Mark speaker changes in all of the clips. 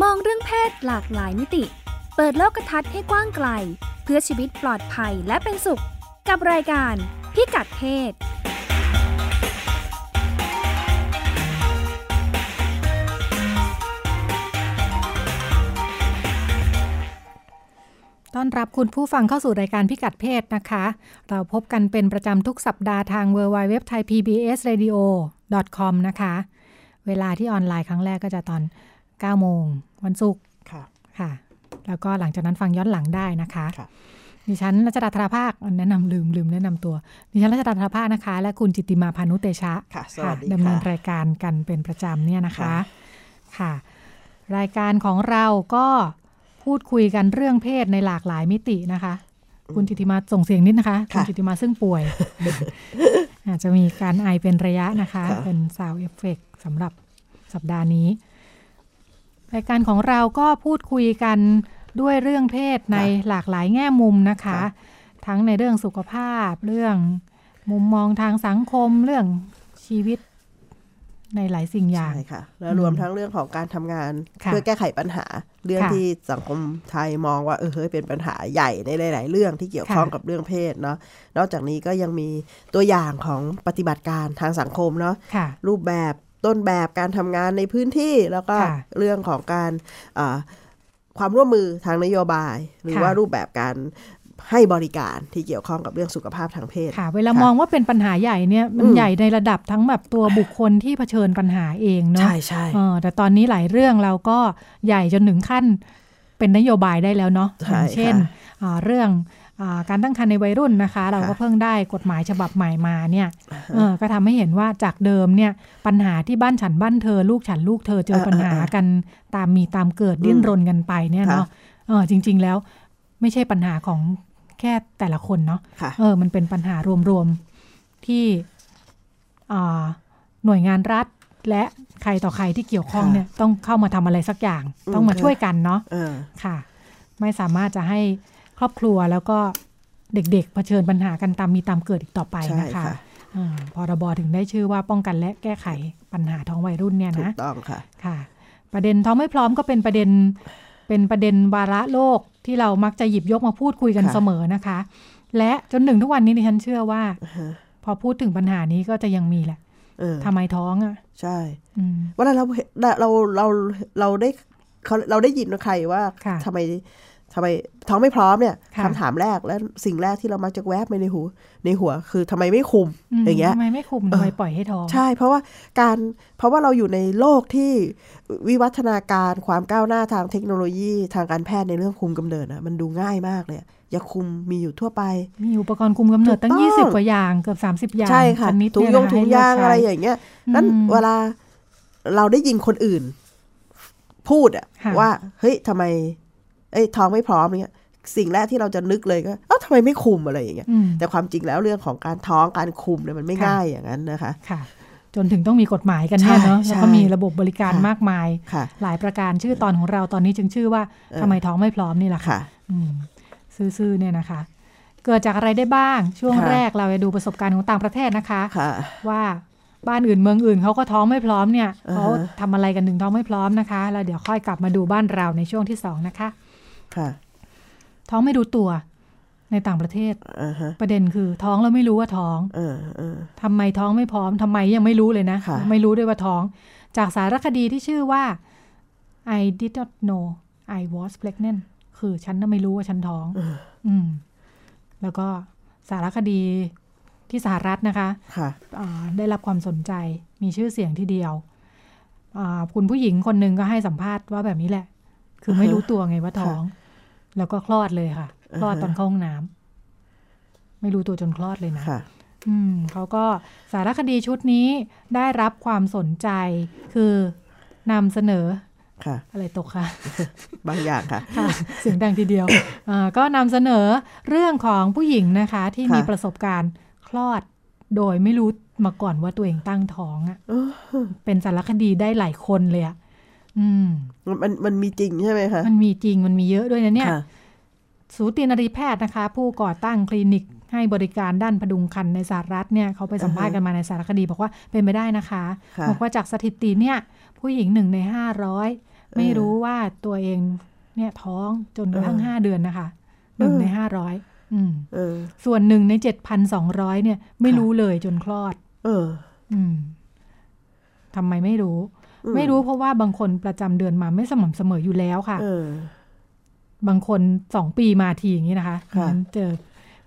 Speaker 1: ศหลากหลายมิติ เปิดโลกทัศน์ให้กว้างไกล เพื่อชีวิตปลอดภัยและเป็นสุข กับรายการพิกัดเพศ
Speaker 2: ต้อนรับคุณผู้ฟังเข้าสู่รายการพิกัดเพศนะคะ เราพบกันเป็นประจำทุกสัปดาห์ทาง w w w t h a i p b s r a d i o c o m นะคะ เวลาที่ออนไลน์ครั้งแรกก็จะตอน 9 โมง วันศุกร์
Speaker 3: ค่ะ
Speaker 2: ค่ะ แล้วก็หลังจากนั้นฟังย้อนหลังได้นะคะ
Speaker 3: ค่ะ
Speaker 2: ดิฉันรัชดาธราภาคแนะนำลืมลืมแนะนำตัว ดิฉันรัชดาธราภาคนะคะ และคุณจิตติมาพานุเตชะ
Speaker 3: ค่ะ ส
Speaker 2: ค่ะ
Speaker 3: วัสดี
Speaker 2: ดำเนิ
Speaker 3: ค่ะ
Speaker 2: นรายการกันเป็นประจำเนี่ยนะคะ
Speaker 3: ค่ะ
Speaker 2: ค่ะ รายการของเราก็พูดคุยกันเรื่องเพศในหลากหลายมิตินะคะ คุณจิตติมาส่งเสียงนิดนะคะ คุณจิตติมาซึ่ง ป่วย อาจจะมีการไอเป็นระยะนะคะ
Speaker 3: ค่ะ
Speaker 2: เป็นซาวเอฟเฟกสำหรับสัปดาห์นี้ รายการของเราก็พูดคุยกันด้วยเรื่องเพศในหลากหลายแง่มุมนะคะ
Speaker 3: ค่ะ
Speaker 2: ทั้งในเรื่องสุขภาพ เรื่องมุมมองทางสังคม เรื่องชีวิตในหลายสิ่งอย่าง
Speaker 3: ใช่ค่ะ แล้วรวมทั้งเรื่องของการทำงาน
Speaker 2: ค่ะ
Speaker 3: เพื่อแก้ไขปัญหา เรื่อง
Speaker 2: ค่ะ
Speaker 3: ที่สังคมไทยมองว่าเออเฮ้ยเป็นปัญหาใหญ่ในหลาย ๆ เรื่องที่เกี่ยว
Speaker 2: ค่ะ
Speaker 3: ข้องกับเรื่องเพศเนาะ นอกจากนี้ก็ยังมีตัวอย่างของปฏิบัติการทางสังคมเนาะ
Speaker 2: ค่ะ
Speaker 3: รูปแบบต้นแบบการทำงานในพื้นที่แล้วก็
Speaker 2: ค่ะ
Speaker 3: เรื่องของการเอ่อความร่วมมือทางนโยบาย หรือ
Speaker 2: ค่ะ
Speaker 3: ว่ารูปแบบการให้บริการที่เกี่ยวข้องกับเรื่องสุขภาพทางเพศ
Speaker 2: ค่ะ เวลา
Speaker 3: ค่ะ
Speaker 2: มองว่าเป็นปัญหาใหญ่เนี่ยมัน
Speaker 3: อืม
Speaker 2: ใหญ่ในระดับทั้งแบบตัวบุคคลที่เผชิญปัญหาเองเนาะ
Speaker 3: ใช่ใช่
Speaker 2: เออแต่ตอนนี้หลายเรื่องเราก็ใหญ่จนถึงขั้นเป็นนโยบายได้แล้วเนาะอ
Speaker 3: ใช่
Speaker 2: ย่างเช่น
Speaker 3: ค่ะ
Speaker 2: อ่าเรื่องอาการตั้งครรภ์ในวัยรุ่นนะคะ เราก็
Speaker 3: ค่ะ
Speaker 2: เพิ่งได้กฎหมายฉบับใหม่มาเนี่ย เออก็ทำให้เห็นว่าจากเดิมเนี่ยปัญหาที่บ้านฉันบ้านเธอ ลูกฉันลูกเธอเจอ
Speaker 3: เออ
Speaker 2: ปัญหา
Speaker 3: เออเออ
Speaker 2: กันตามมีตามเกิดดิ้น
Speaker 3: อืม
Speaker 2: รนกันไปเนี่ย
Speaker 3: ค่ะ
Speaker 2: เนาะเออจริง ๆ แล้วไม่ใช่ปัญหาของแค่แต่ละคนเนาะ
Speaker 3: ค่ะ
Speaker 2: เออมันเป็นปัญหารวมๆที่อ่าหน่วยงานรัฐ และใครต่อใครที่เกี่ยวข้อง
Speaker 3: ค่ะ
Speaker 2: เนี่ยต้องเข้ามาทำอะไรสักอย่าง
Speaker 3: อืม
Speaker 2: ต้องมา
Speaker 3: ค่ะ
Speaker 2: ช่วยกันเนาะ
Speaker 3: เออ
Speaker 2: ค่ะ ไม่สามารถจะให้ครอบครัวแล้วก็เด็กๆเผชิญปัญหากันตามมีตามเกิดอีกต่อไป
Speaker 3: ใช่
Speaker 2: นะคะ
Speaker 3: ค่ะ
Speaker 2: อ่าพรบถึงได้ชื่อว่าป้องกันและแก้ไขปัญหาท้องวัยรุ่นเนี่ย
Speaker 3: ถู
Speaker 2: นะ
Speaker 3: กต้องค่ะ
Speaker 2: ค่ะ ประเด็นท้องไม่พร้อมก็เป็นประเด็นเป็นประเด็นวาระโลกที่เรามักจะหยิบยกมาพูดคุยกัน
Speaker 3: ค่ะ
Speaker 2: เสมอนะคะ และจนถึงทุกวันนี้ดิฉันเชื่อว่า
Speaker 3: อือฮะ
Speaker 2: พอพูดถึงปัญหานี้ก็จะยังมีแหละ
Speaker 3: เออ
Speaker 2: ทำไมท้องอ่ะ
Speaker 3: ใช่
Speaker 2: อืม
Speaker 3: เวลาเราเห็นเราเราเราได้เขาเราได้ยินใครว่า
Speaker 2: ค่ะ
Speaker 3: ทำไมทำไมท้องไม่พร้อมเนี่ย
Speaker 2: ค่ะ
Speaker 3: คำถามแรกและสิ่งแรกที่เรามักจะแวบไปในหูในหัวคือทำไมไม่คุม
Speaker 2: ม
Speaker 3: อย่างเงี้ย
Speaker 2: ทำไมไม่คุม
Speaker 3: เออ
Speaker 2: ทำไมปล่อยให้ท้อง
Speaker 3: ใช่ เพราะว่าการเพราะว่าเราอยู่ในโลกที่วิวัฒนาการความก้าวหน้าทางเทคโนโลยีทางการแพทย์ในเรื่องคุมกำเนิดอะมันดูง่ายมากเลยอะยาคุมมีอยู่ทั่วไป
Speaker 2: มีอุปกรณ์คุมกำเนิดตั้ง
Speaker 3: ถูกต้อง
Speaker 2: 20 กว่าอย่างเกือบ 30 อย่าง
Speaker 3: ใช่ค่ะ
Speaker 2: ชนิด
Speaker 3: ถุง
Speaker 2: เนี่ย
Speaker 3: ย
Speaker 2: นะ
Speaker 3: ง
Speaker 2: คะ
Speaker 3: ถุง
Speaker 2: ให้เลืก
Speaker 3: ยาง
Speaker 2: ใช้
Speaker 3: อะไรอย่างเงี้ย
Speaker 2: อืม
Speaker 3: นั้นเวลาเราได้ยินคนอื่น พูดอะ
Speaker 2: ค่ะ
Speaker 3: ว่า เฮ้ยทำไม เอ้ยท้องไม่พร้อมเนี่ยสิ่งแรกที่เราจะนึกเลยก็เอ้าทำไมไม่คุมอะไรอย่างเงี้ย
Speaker 2: อืม
Speaker 3: แต่ความจริงแล้วเรื่องของการท้องการคุมเนี่ยมันไม่
Speaker 2: ค่ะ
Speaker 3: ง่ายอย่างนั้นนะคะ
Speaker 2: ค่ะ จนถึงต้องมีกฎหมายกันเนี่ย
Speaker 3: ใช่
Speaker 2: เนาะแล้วก็
Speaker 3: ใช่
Speaker 2: มีระบบบริการ
Speaker 3: ค่ะ
Speaker 2: มากมาย
Speaker 3: ค่ะ
Speaker 2: หลายประการชื่อตอนของเราตอนนี้จึงชื่อว่า
Speaker 3: เออ
Speaker 2: ทำไมท้องไม่พร้อมนี่แหละค่ะ
Speaker 3: ค่ะ
Speaker 2: อืมซื่อๆเนี่ยนะคะ เกิดจากอะไรได้บ้างช่วง
Speaker 3: ค่ะ
Speaker 2: แรกเราจะดูประสบการณ์ของต่างประเทศนะคะ
Speaker 3: ค่ะ
Speaker 2: ว่าบ้านอื่นเมืองอื่นเขาก็ท้องไม่พร้อมเนี่ย
Speaker 3: อ่าฮะ
Speaker 2: เขาทำอะไรกันถึงท้องไม่พร้อมนะคะแล้วเดี๋ยวค่อยกลับมาดูบ้านเราในช่วงที่สองนะคะ
Speaker 3: ค่ะ
Speaker 2: ท้องไม่ดูตัวในต่างประเทศ
Speaker 3: อ่าฮะ
Speaker 2: ประเด็นคือ ท้องแล้วไม่รู้ว่าท้อง
Speaker 3: เออเออ
Speaker 2: ทำไมท้องไม่พร้อมทำไมยังไม่รู้เลยนะ
Speaker 3: ค่ะ
Speaker 2: ไม่รู้ด้วยว่าท้อง จากสารคดีที่ชื่อว่า I did not know I was pregnant คือฉันน่ะไม่รู้ว่าฉันท้อง
Speaker 3: เออ
Speaker 2: อืม แล้วก็สารคดีที่สหรัฐนะคะ
Speaker 3: ค่ะ
Speaker 2: อ่าได้รับความสนใจมีชื่อเสียงทีเดียวอ่าคุณผู้หญิงคนหนึ่งก็ให้สัมภาษณ์ว่าแบบนี้แหละ คือไม่รู้ตัวไงว่าท้อง แล้วก็คลอดเลยค่ะ คลอดตอนเข้าห้องน้ำไม่รู้ตัวจนคลอดเลยนะ
Speaker 3: ค่ะ
Speaker 2: อืมเขาก็สารคดีชุดนี้ได้รับความสนใจ คือนำเสนอ
Speaker 3: ค่ะ
Speaker 2: อะไรตกค่ะ
Speaker 3: บางอย่างค่ะ
Speaker 2: ค่ะ เสียงดังทีเดียวเอ่อก็นำเสนอเรื่องของผู้หญิงนะคะ ที่
Speaker 3: ค่ะ
Speaker 2: มีประสบการณ์คลอด โดยไม่รู้มาก่อนว่าตัวเองตั้งท้องอะ
Speaker 3: เออ
Speaker 2: เป็นสารคดีได้หลายคนเลยอะอืม
Speaker 3: มันมันมีจริงใช่ไหมคะ
Speaker 2: มันมีจริงมันมีเยอะด้วยนะเนี่ย
Speaker 3: ค่ะ
Speaker 2: สูตินรีแพทย์นะคะ ผู้ก่อตั้งคลินิกให้บริการด้านพดุงครรภ์ในสหรัฐเนี่ยเขาไปสัมภาษณ์
Speaker 3: อือฮึ
Speaker 2: กันมาในสารคดีบอกว่าเป็นไปได้นะคะ
Speaker 3: ค่ะ
Speaker 2: บอกว่าจากสถิติเนี่ย ผู้หญิงหนึ่งในห้าร้อย ไม่รู้ว่าตัวเองเนี่ยท้องจนกระทั่ง
Speaker 3: เออ
Speaker 2: ห้าเดือนนะคะหนึ่ง
Speaker 3: เออ
Speaker 2: ในห้าร้อยอืม
Speaker 3: เออ
Speaker 2: ส่วนหนึ่งในเจ็ดพันสองร้อยเนี่ยไม่
Speaker 3: ค่ะ
Speaker 2: รู้เลยจนคลอด
Speaker 3: เออ
Speaker 2: อืมทำไมไม่รู้
Speaker 3: อื
Speaker 2: ไม่รู้เพราะว่าบางคนประจำเดือนมาไม่สม่ำเสมออยู่แล้วค่ะ
Speaker 3: เออ
Speaker 2: บางคนสองปีมาทีอย่างนี้นะคะ
Speaker 3: ค่ะ
Speaker 2: งั้นเจอ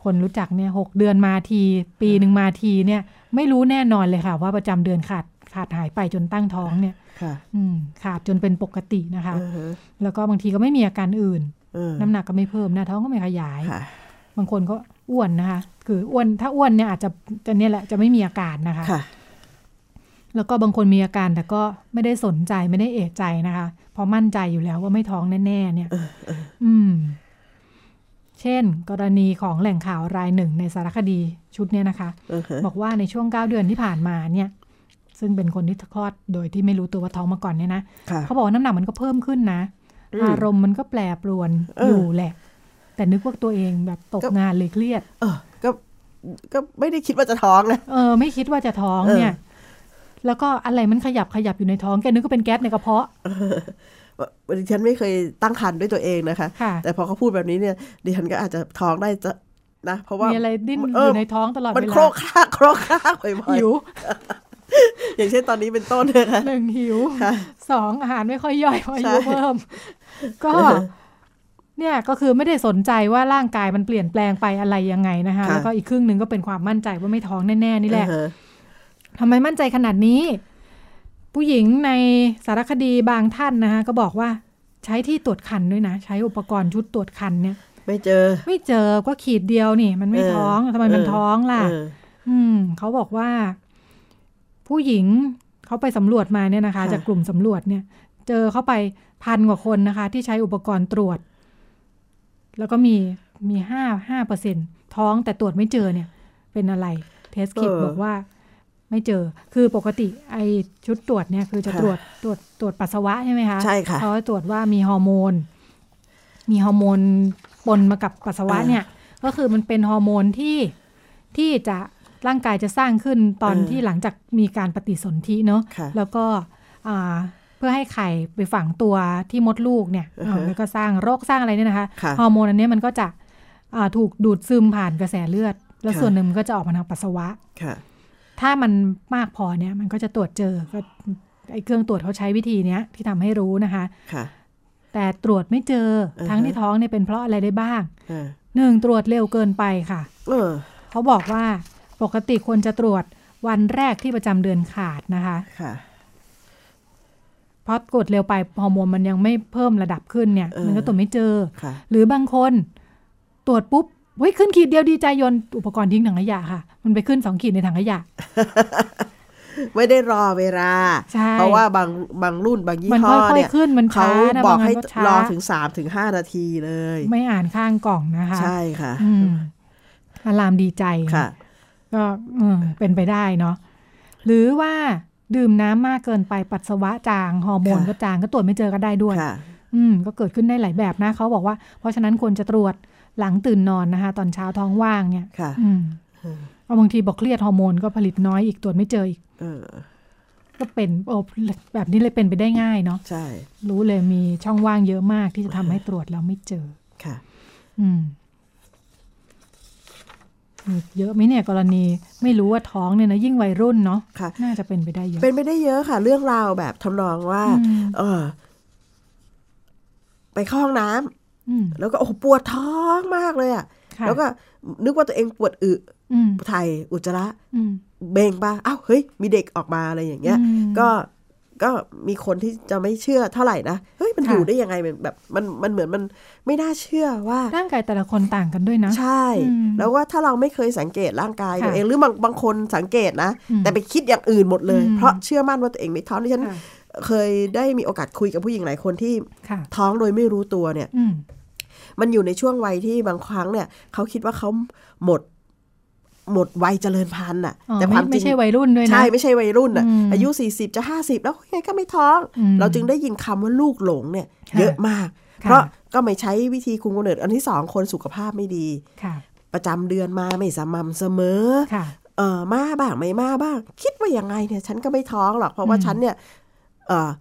Speaker 2: คนรู้จักเนี่ยหกเดือนมาที ปีหนึ่งมาทีเนี่ย ไม่รู้แน่นอนเลยค่ะ ว่าประจำเดือนขาดขาดหายไปจนตั้งท้องเนี่ย
Speaker 3: ค่ะ
Speaker 2: อืม ขาดจนเป็นปกตินะคะ
Speaker 3: เออฮะ
Speaker 2: แล้วก็บางทีก็ไม่มีอาการอื่น
Speaker 3: เออ
Speaker 2: น้ำหนักก็ไม่เพิ่มหน้าท้องก็ไม่ขยาย
Speaker 3: ค่ะ
Speaker 2: บางคนก็อ้วนนะคะ คืออ้วนถ้าอ้วนเนี่ยอาจจะจะเนี่ยแหละจะไม่มีอาการนะคะ
Speaker 3: ค่ะ
Speaker 2: แล้วก็บางคนมีอาการแต่ก็ไม่ได้สนใจไม่ได้เอะใจนะคะ เพราะมั่นใจอยู่แล้วว่าไม่ท้องแน่ๆเนี่ย
Speaker 3: เออเออ
Speaker 2: อืม เช่น กรณีของแหล่งข่าวรายหนึ่งในสารคดีชุดเนี่ยนะคะ
Speaker 3: เออฮะ
Speaker 2: บอกว่าในช่วง 9 เดือนที่ผ่านมาเนี่ย ซึ่งเป็นคนที่คลอดโดยที่ไม่รู้ตัวว่าท้องมาก่อนเนี่ยนะ
Speaker 3: ค่ะ
Speaker 2: เขาบอกว่าน้ำหนักมันก็เพิ่มขึ้นนะ
Speaker 3: อืม
Speaker 2: อารมณ์มันก็แปรปรวน
Speaker 3: เอออ
Speaker 2: อยู่แหละ แต่นึกว่าตัวเองแบบตก
Speaker 3: ก็
Speaker 2: งานเลยเครียด
Speaker 3: เออก็ก็ไม่ได้คิดว่าจะท้องนะ
Speaker 2: เออ ไม่คิดว่าจะท้อง
Speaker 3: เออ
Speaker 2: เนี่ย แล้วก็อะไรมันขยับขยับอยู่ในท้องแกนึกว่าเป็นแก๊สในกระเพาะ
Speaker 3: ว่าดิฉันไม่เคยตั้งครรภ์ด้วยตัวเองนะคะ
Speaker 2: ค่ะ
Speaker 3: แต่พอเขาพูดแบบนี้เนี่ยดิฉันก็อาจจะท้องได้จะนะ เพราะว่า
Speaker 2: มี
Speaker 3: ม
Speaker 2: อะไรดิ้น
Speaker 3: เอ
Speaker 2: อ
Speaker 3: อ
Speaker 2: ยู่ในท้องตลอด
Speaker 3: มัน
Speaker 2: เว
Speaker 3: โค
Speaker 2: ลาร
Speaker 3: กครากโครกครากบ่อย
Speaker 2: หิว
Speaker 3: ๆอย่างเช่นตอนนี้เป็นต้นนะคะ
Speaker 2: หนึ่งหิว
Speaker 3: ค่ะ
Speaker 2: สองอาหารไม่ค่อยย่อยเพราะอา
Speaker 3: ใช่
Speaker 2: ยุเพิ่ม ก็
Speaker 3: เออ
Speaker 2: เนี่ยก็คือไม่ได้สนใจว่าร่างกายมันเปลี่ยนแปลงไปอะไรยังไงนะคะ
Speaker 3: ค่ะ
Speaker 2: แล้วก็อีกครึ่งหนึ่งก็เป็นความมั่นใจว่าไม่ท้องแน่ๆนี่แหละ
Speaker 3: เออ
Speaker 2: ทำไมมั่นใจขนาดนี้ ผู้หญิงในสารคดีบางท่านนะคะก็บอกว่าใช้ที่ตรวจคันด้วยนะ ใช้อุปกรณ์ชุดตรวจคันเนี่ย
Speaker 3: ไม่เจอ
Speaker 2: ไม่เจอก็ขีดเดียวนี่ มันไม่
Speaker 3: เออ
Speaker 2: ท้องทำไมมัน
Speaker 3: เออ
Speaker 2: ท้องล่ะ
Speaker 3: เออ
Speaker 2: อืมเขาบอกว่า ผู้หญิงเขาไปสำรวจมาเนี่ยนะคะ
Speaker 3: ค่ะ
Speaker 2: จากกลุ่มสำรวจเนี่ย เจอเข้าไปพันกว่าคนนะคะ ที่ใช้อุปกรณ์ตรวจ แล้วก็มีมีห้าห้าเปอร์เซ็นท้องแต่ตรวจไม่เจอเนี่ย เป็นอะไร เทสคิดบอกว่า ไม่เจอ คือปกติไอชุดตรวจเนี่ย คือจะตรวจตรวจตรวจปัสสาวะใช่ไหมคะ
Speaker 3: ใช่ค่ะ
Speaker 2: เขาตรวจว่ามีฮอร์โมน มีฮอร์โมนปนมากับปัสสาวะ
Speaker 3: เออ
Speaker 2: เนี่ย ก็คือมันเป็นฮอร์โมนที่ที่จะร่างกายจะสร้างขึ้นตอน
Speaker 3: เออ
Speaker 2: ที่หลังจากมีการปฏิสนธิเนาะ
Speaker 3: ค่ะ
Speaker 2: แล้วก็อ่าเพื่อให้ไข่ไปฝังตัวที่มดลูกเนี่ย
Speaker 3: อือฮะ
Speaker 2: อ่าแล้วก็สร้างโรคสร้างอะไรเนี่ยนะคะ
Speaker 3: ค่ะ
Speaker 2: ฮอร์โมนอันเนี้ยมันก็จะอ่าถูกดูดซึมผ่านกระแสเลือด แล้ว
Speaker 3: ค่ะ
Speaker 2: ส่วนหนึ่งมันก็จะออกมาทางปัสสาวะ
Speaker 3: ค่ะ
Speaker 2: ถ้ามันมากพอเนี่ยมันก็จะตรวจเจอก็ไอ้เครื่องตรวจเขาใช้วิธีเนี้ยที่ทำให้รู้นะคะ
Speaker 3: ค่ะ
Speaker 2: แต่ตรวจไม่เจอ
Speaker 3: อือฮะ
Speaker 2: ทั้งที่ท้องเนี่ยเป็นเพราะอะไรได้บ้าง
Speaker 3: เออ
Speaker 2: หนึ่งตรวจเร็วเกินไปค่ะ
Speaker 3: เออ
Speaker 2: เขาบอกว่าปกติควรจะตรวจวันแรกที่ประจำเดือนขาดนะคะ
Speaker 3: ค่ะ
Speaker 2: เพราะกดเร็วไปฮอร์โมนมันยังไม่เพิ่มระดับขึ้นเนี่ย
Speaker 3: เออ
Speaker 2: มันก็ตรวจไม่เจอ
Speaker 3: ค่ะ
Speaker 2: หรือบางคนตรวจปุ๊บเฮ้ยขึ้นขีดเดียวดีใจยนต์อุปกรณ์ทิ้งถังขยะค่ะ มันไปขึ้นสองขีดในถังขยะ
Speaker 3: ไม่ได้รอเวลา
Speaker 2: ใช่
Speaker 3: เพราะว่าบางบางรุ่นบางยี่
Speaker 2: มัน
Speaker 3: ห้
Speaker 2: ค่
Speaker 3: อ
Speaker 2: อย
Speaker 3: เนี่ย
Speaker 2: ๆขึ้นมันช้า
Speaker 3: เขา
Speaker 2: นะ
Speaker 3: บอก
Speaker 2: งน
Speaker 3: ให้
Speaker 2: ช้าร
Speaker 3: อถึงสามถึงห้านาทีเลย
Speaker 2: ไม่อ่านข้างกล่องนะคะ
Speaker 3: ใช่ค่ะ
Speaker 2: อืมอะลามดีใจ
Speaker 3: ค่ะ
Speaker 2: ก็เออเป็นไปได้เนาะหรือว่าดื่มน้ำมากเกินไปปัสสาวะจางฮอร์โมน
Speaker 3: ค่ะ
Speaker 2: ก็จางก็ตรวจไม่เจอก็ได้ด้วย
Speaker 3: ค่ะ
Speaker 2: อืมก็เกิดขึ้นได้หลายแบบนะเขาบอกว่า เพราะฉะนั้นควรจะตรวจหลังตื่นนอนนะคะ ตอนเช้าท้องว่างเนี่ย
Speaker 3: ค่ะ
Speaker 2: อืม
Speaker 3: อืม
Speaker 2: เอาบางทีบอกเครียดฮอร์โมนก็ผลิตน้อยอีกตรวจไม่เจออีก
Speaker 3: เออ
Speaker 2: ก็เป็นโอ้แบบนี้เลยเป็นไปได้ง่ายเนาะ
Speaker 3: ใช่
Speaker 2: รู้เลยมีช่องว่างเยอะมากที่จะทำให้ตรวจแล้วไม่เจอ
Speaker 3: ค่ะ
Speaker 2: อืมมีเยอะไหมเนี่ยกรณีไม่รู้ว่าท้องเนี่ยนะยิ่งวัยรุ่นเนาะ
Speaker 3: ค่ะ
Speaker 2: น่าจะเป็นไปได้เยอะ
Speaker 3: เป็นไปได้เยอะค่ะ เรื่องราวแบบทำนองว่า
Speaker 2: อืม
Speaker 3: เออ ไปเข้าห้องน้ำ
Speaker 2: อืม
Speaker 3: แล้วก็โอ้โหปวดท้องมากเลยอะ
Speaker 2: ค่ะ
Speaker 3: แล้วก็นึกว่าตัวเองปวดอึ
Speaker 2: อืม
Speaker 3: ถ่ายอุจจาระ
Speaker 2: อืม
Speaker 3: เบ่งปะอ้าวเฮ้ย มีเด็กออกมาอะไรอย่างเงี้ย
Speaker 2: อืม
Speaker 3: ก็ก็มีคนที่จะไม่เชื่อเท่าไหร่นะ เฮ้ย มัน
Speaker 2: ค่ะ
Speaker 3: อยู่ได้ยังไงมันแบบมันมันเหมือนมันไม่น่าเชื่อว่า
Speaker 2: ร่างกายแต่ละคนต่างกันด้วยนะ
Speaker 3: ใช่
Speaker 2: อืม
Speaker 3: แล้วว่าถ้าเราไม่เคยสังเกตร่างกาย
Speaker 2: ค่ะ
Speaker 3: ตัวเองหรือบางบางคนสังเกตนะ
Speaker 2: อืม
Speaker 3: แต่ไปคิดอย่างอื่นหมดเลย
Speaker 2: อืม
Speaker 3: เพราะเชื่อมั่นว่าตัวเองไม่ท้องที่ฉัน
Speaker 2: ค่ะ
Speaker 3: เคยได้มีโอกาสคุยกับผู้หญิงหลายคนที่
Speaker 2: ค่ะ
Speaker 3: ท้องโดยไม่รู้ตัวเนี่ย
Speaker 2: อืม
Speaker 3: มันอยู่ในช่วงวัยที่บางครั้งเนี่ยเขาคิดว่าเขาหมด หมดวัยเจริญพันธุ์น่ะ
Speaker 2: อ๋อ
Speaker 3: แต่ค
Speaker 2: ไม่
Speaker 3: วามจริ
Speaker 2: ไม่
Speaker 3: ง
Speaker 2: ใช่วัยรุ่นด้วยนะ
Speaker 3: ใช่ไม่ใช่วัยรุ่นอ่ะ
Speaker 2: อืม
Speaker 3: อายุ 40 จะ 50 แล้วยังไงก็ไม่ท้อง
Speaker 2: อืม
Speaker 3: เราจึงได้ยินคำว่าลูกหลงเนี่ย
Speaker 2: ค่ะ
Speaker 3: เยอะมาก
Speaker 2: ค่ะ
Speaker 3: เพราะก็ไม่ใช้วิธีคุมกำเนิดอันที่สองคนสุขภาพไม่ดี
Speaker 2: ค่ะ
Speaker 3: ประจำเดือนมาไม่สม่ำเสมอ
Speaker 2: ค่ะ
Speaker 3: เออมาบ้างไม่มาบ้าง คิดว่ายังไงเนี่ย ฉันก็ไม่ท้องหรอก เพราะว่า
Speaker 2: อืม
Speaker 3: ฉันเนี่ยเออ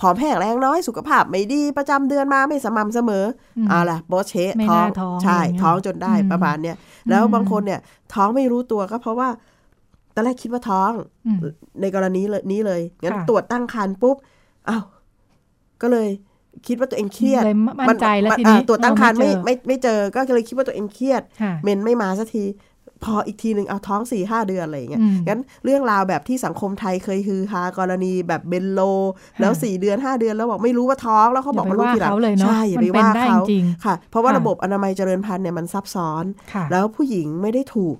Speaker 3: ผอมแห้งแรงน้อยสุขภาพไม่ดีประจำเดือนมาไม่สม่ำเสมออ
Speaker 2: ม
Speaker 3: เอาล่ะโบเชะ
Speaker 2: ไม่
Speaker 3: ท้อง
Speaker 2: น่าท้อง
Speaker 3: ใช่
Speaker 2: อะไรเงี้ย
Speaker 3: ท้องจนได้
Speaker 2: อืม
Speaker 3: ประมาณเนี้ยแล้ว
Speaker 2: อืม
Speaker 3: บางคนเนี่ย ท้องไม่รู้ตัวก็เพราะว่าตอนแรกคิดว่าท้อง
Speaker 2: อืม
Speaker 3: ในกรณีเลยนี้เลยงั้น
Speaker 2: ค่ะ
Speaker 3: ตรวจตั้งครรภ์ปุ๊บอ้าวก็เลยคิดว่าตัวเองเครียด
Speaker 2: เลยมั่นใจแล้วที
Speaker 3: อ่า
Speaker 2: นี้
Speaker 3: ตรวจตั้งครรภ์ไม่
Speaker 2: เออ
Speaker 3: ไม่ไม่เจอก็เลยคิดว่าตัวเองเครียด
Speaker 2: ค่ะ
Speaker 3: เมนไม่มาสักที พออีกทีหนึ่งเอาท้องสี่ห้าเดือนอะไรอย่างเงี้ย
Speaker 2: อืม
Speaker 3: งั้นเรื่องราวแบบที่สังคมไทยเคยฮือฮากรณีแบบเบนโล แล้วสี่เดือนห้าเดือนแล้วบอกไม่รู้ว่าท้องแล้วเขาบอกมารู้ทีหลัง
Speaker 2: อย่าไปว่าเขาเลยเนอะ
Speaker 3: ใช่อย่า
Speaker 2: มัน
Speaker 3: ไป
Speaker 2: เป็น
Speaker 3: ว่า
Speaker 2: ได้
Speaker 3: เขา
Speaker 2: จริง
Speaker 3: ค่ะ เพราะว่า
Speaker 2: ค่ะ
Speaker 3: ระบบอนามัยเจริญพันธุ์เนี่ยมันซับซ้อน
Speaker 2: ค่ะ
Speaker 3: แล้วผู้หญิงไม่ได้ถูก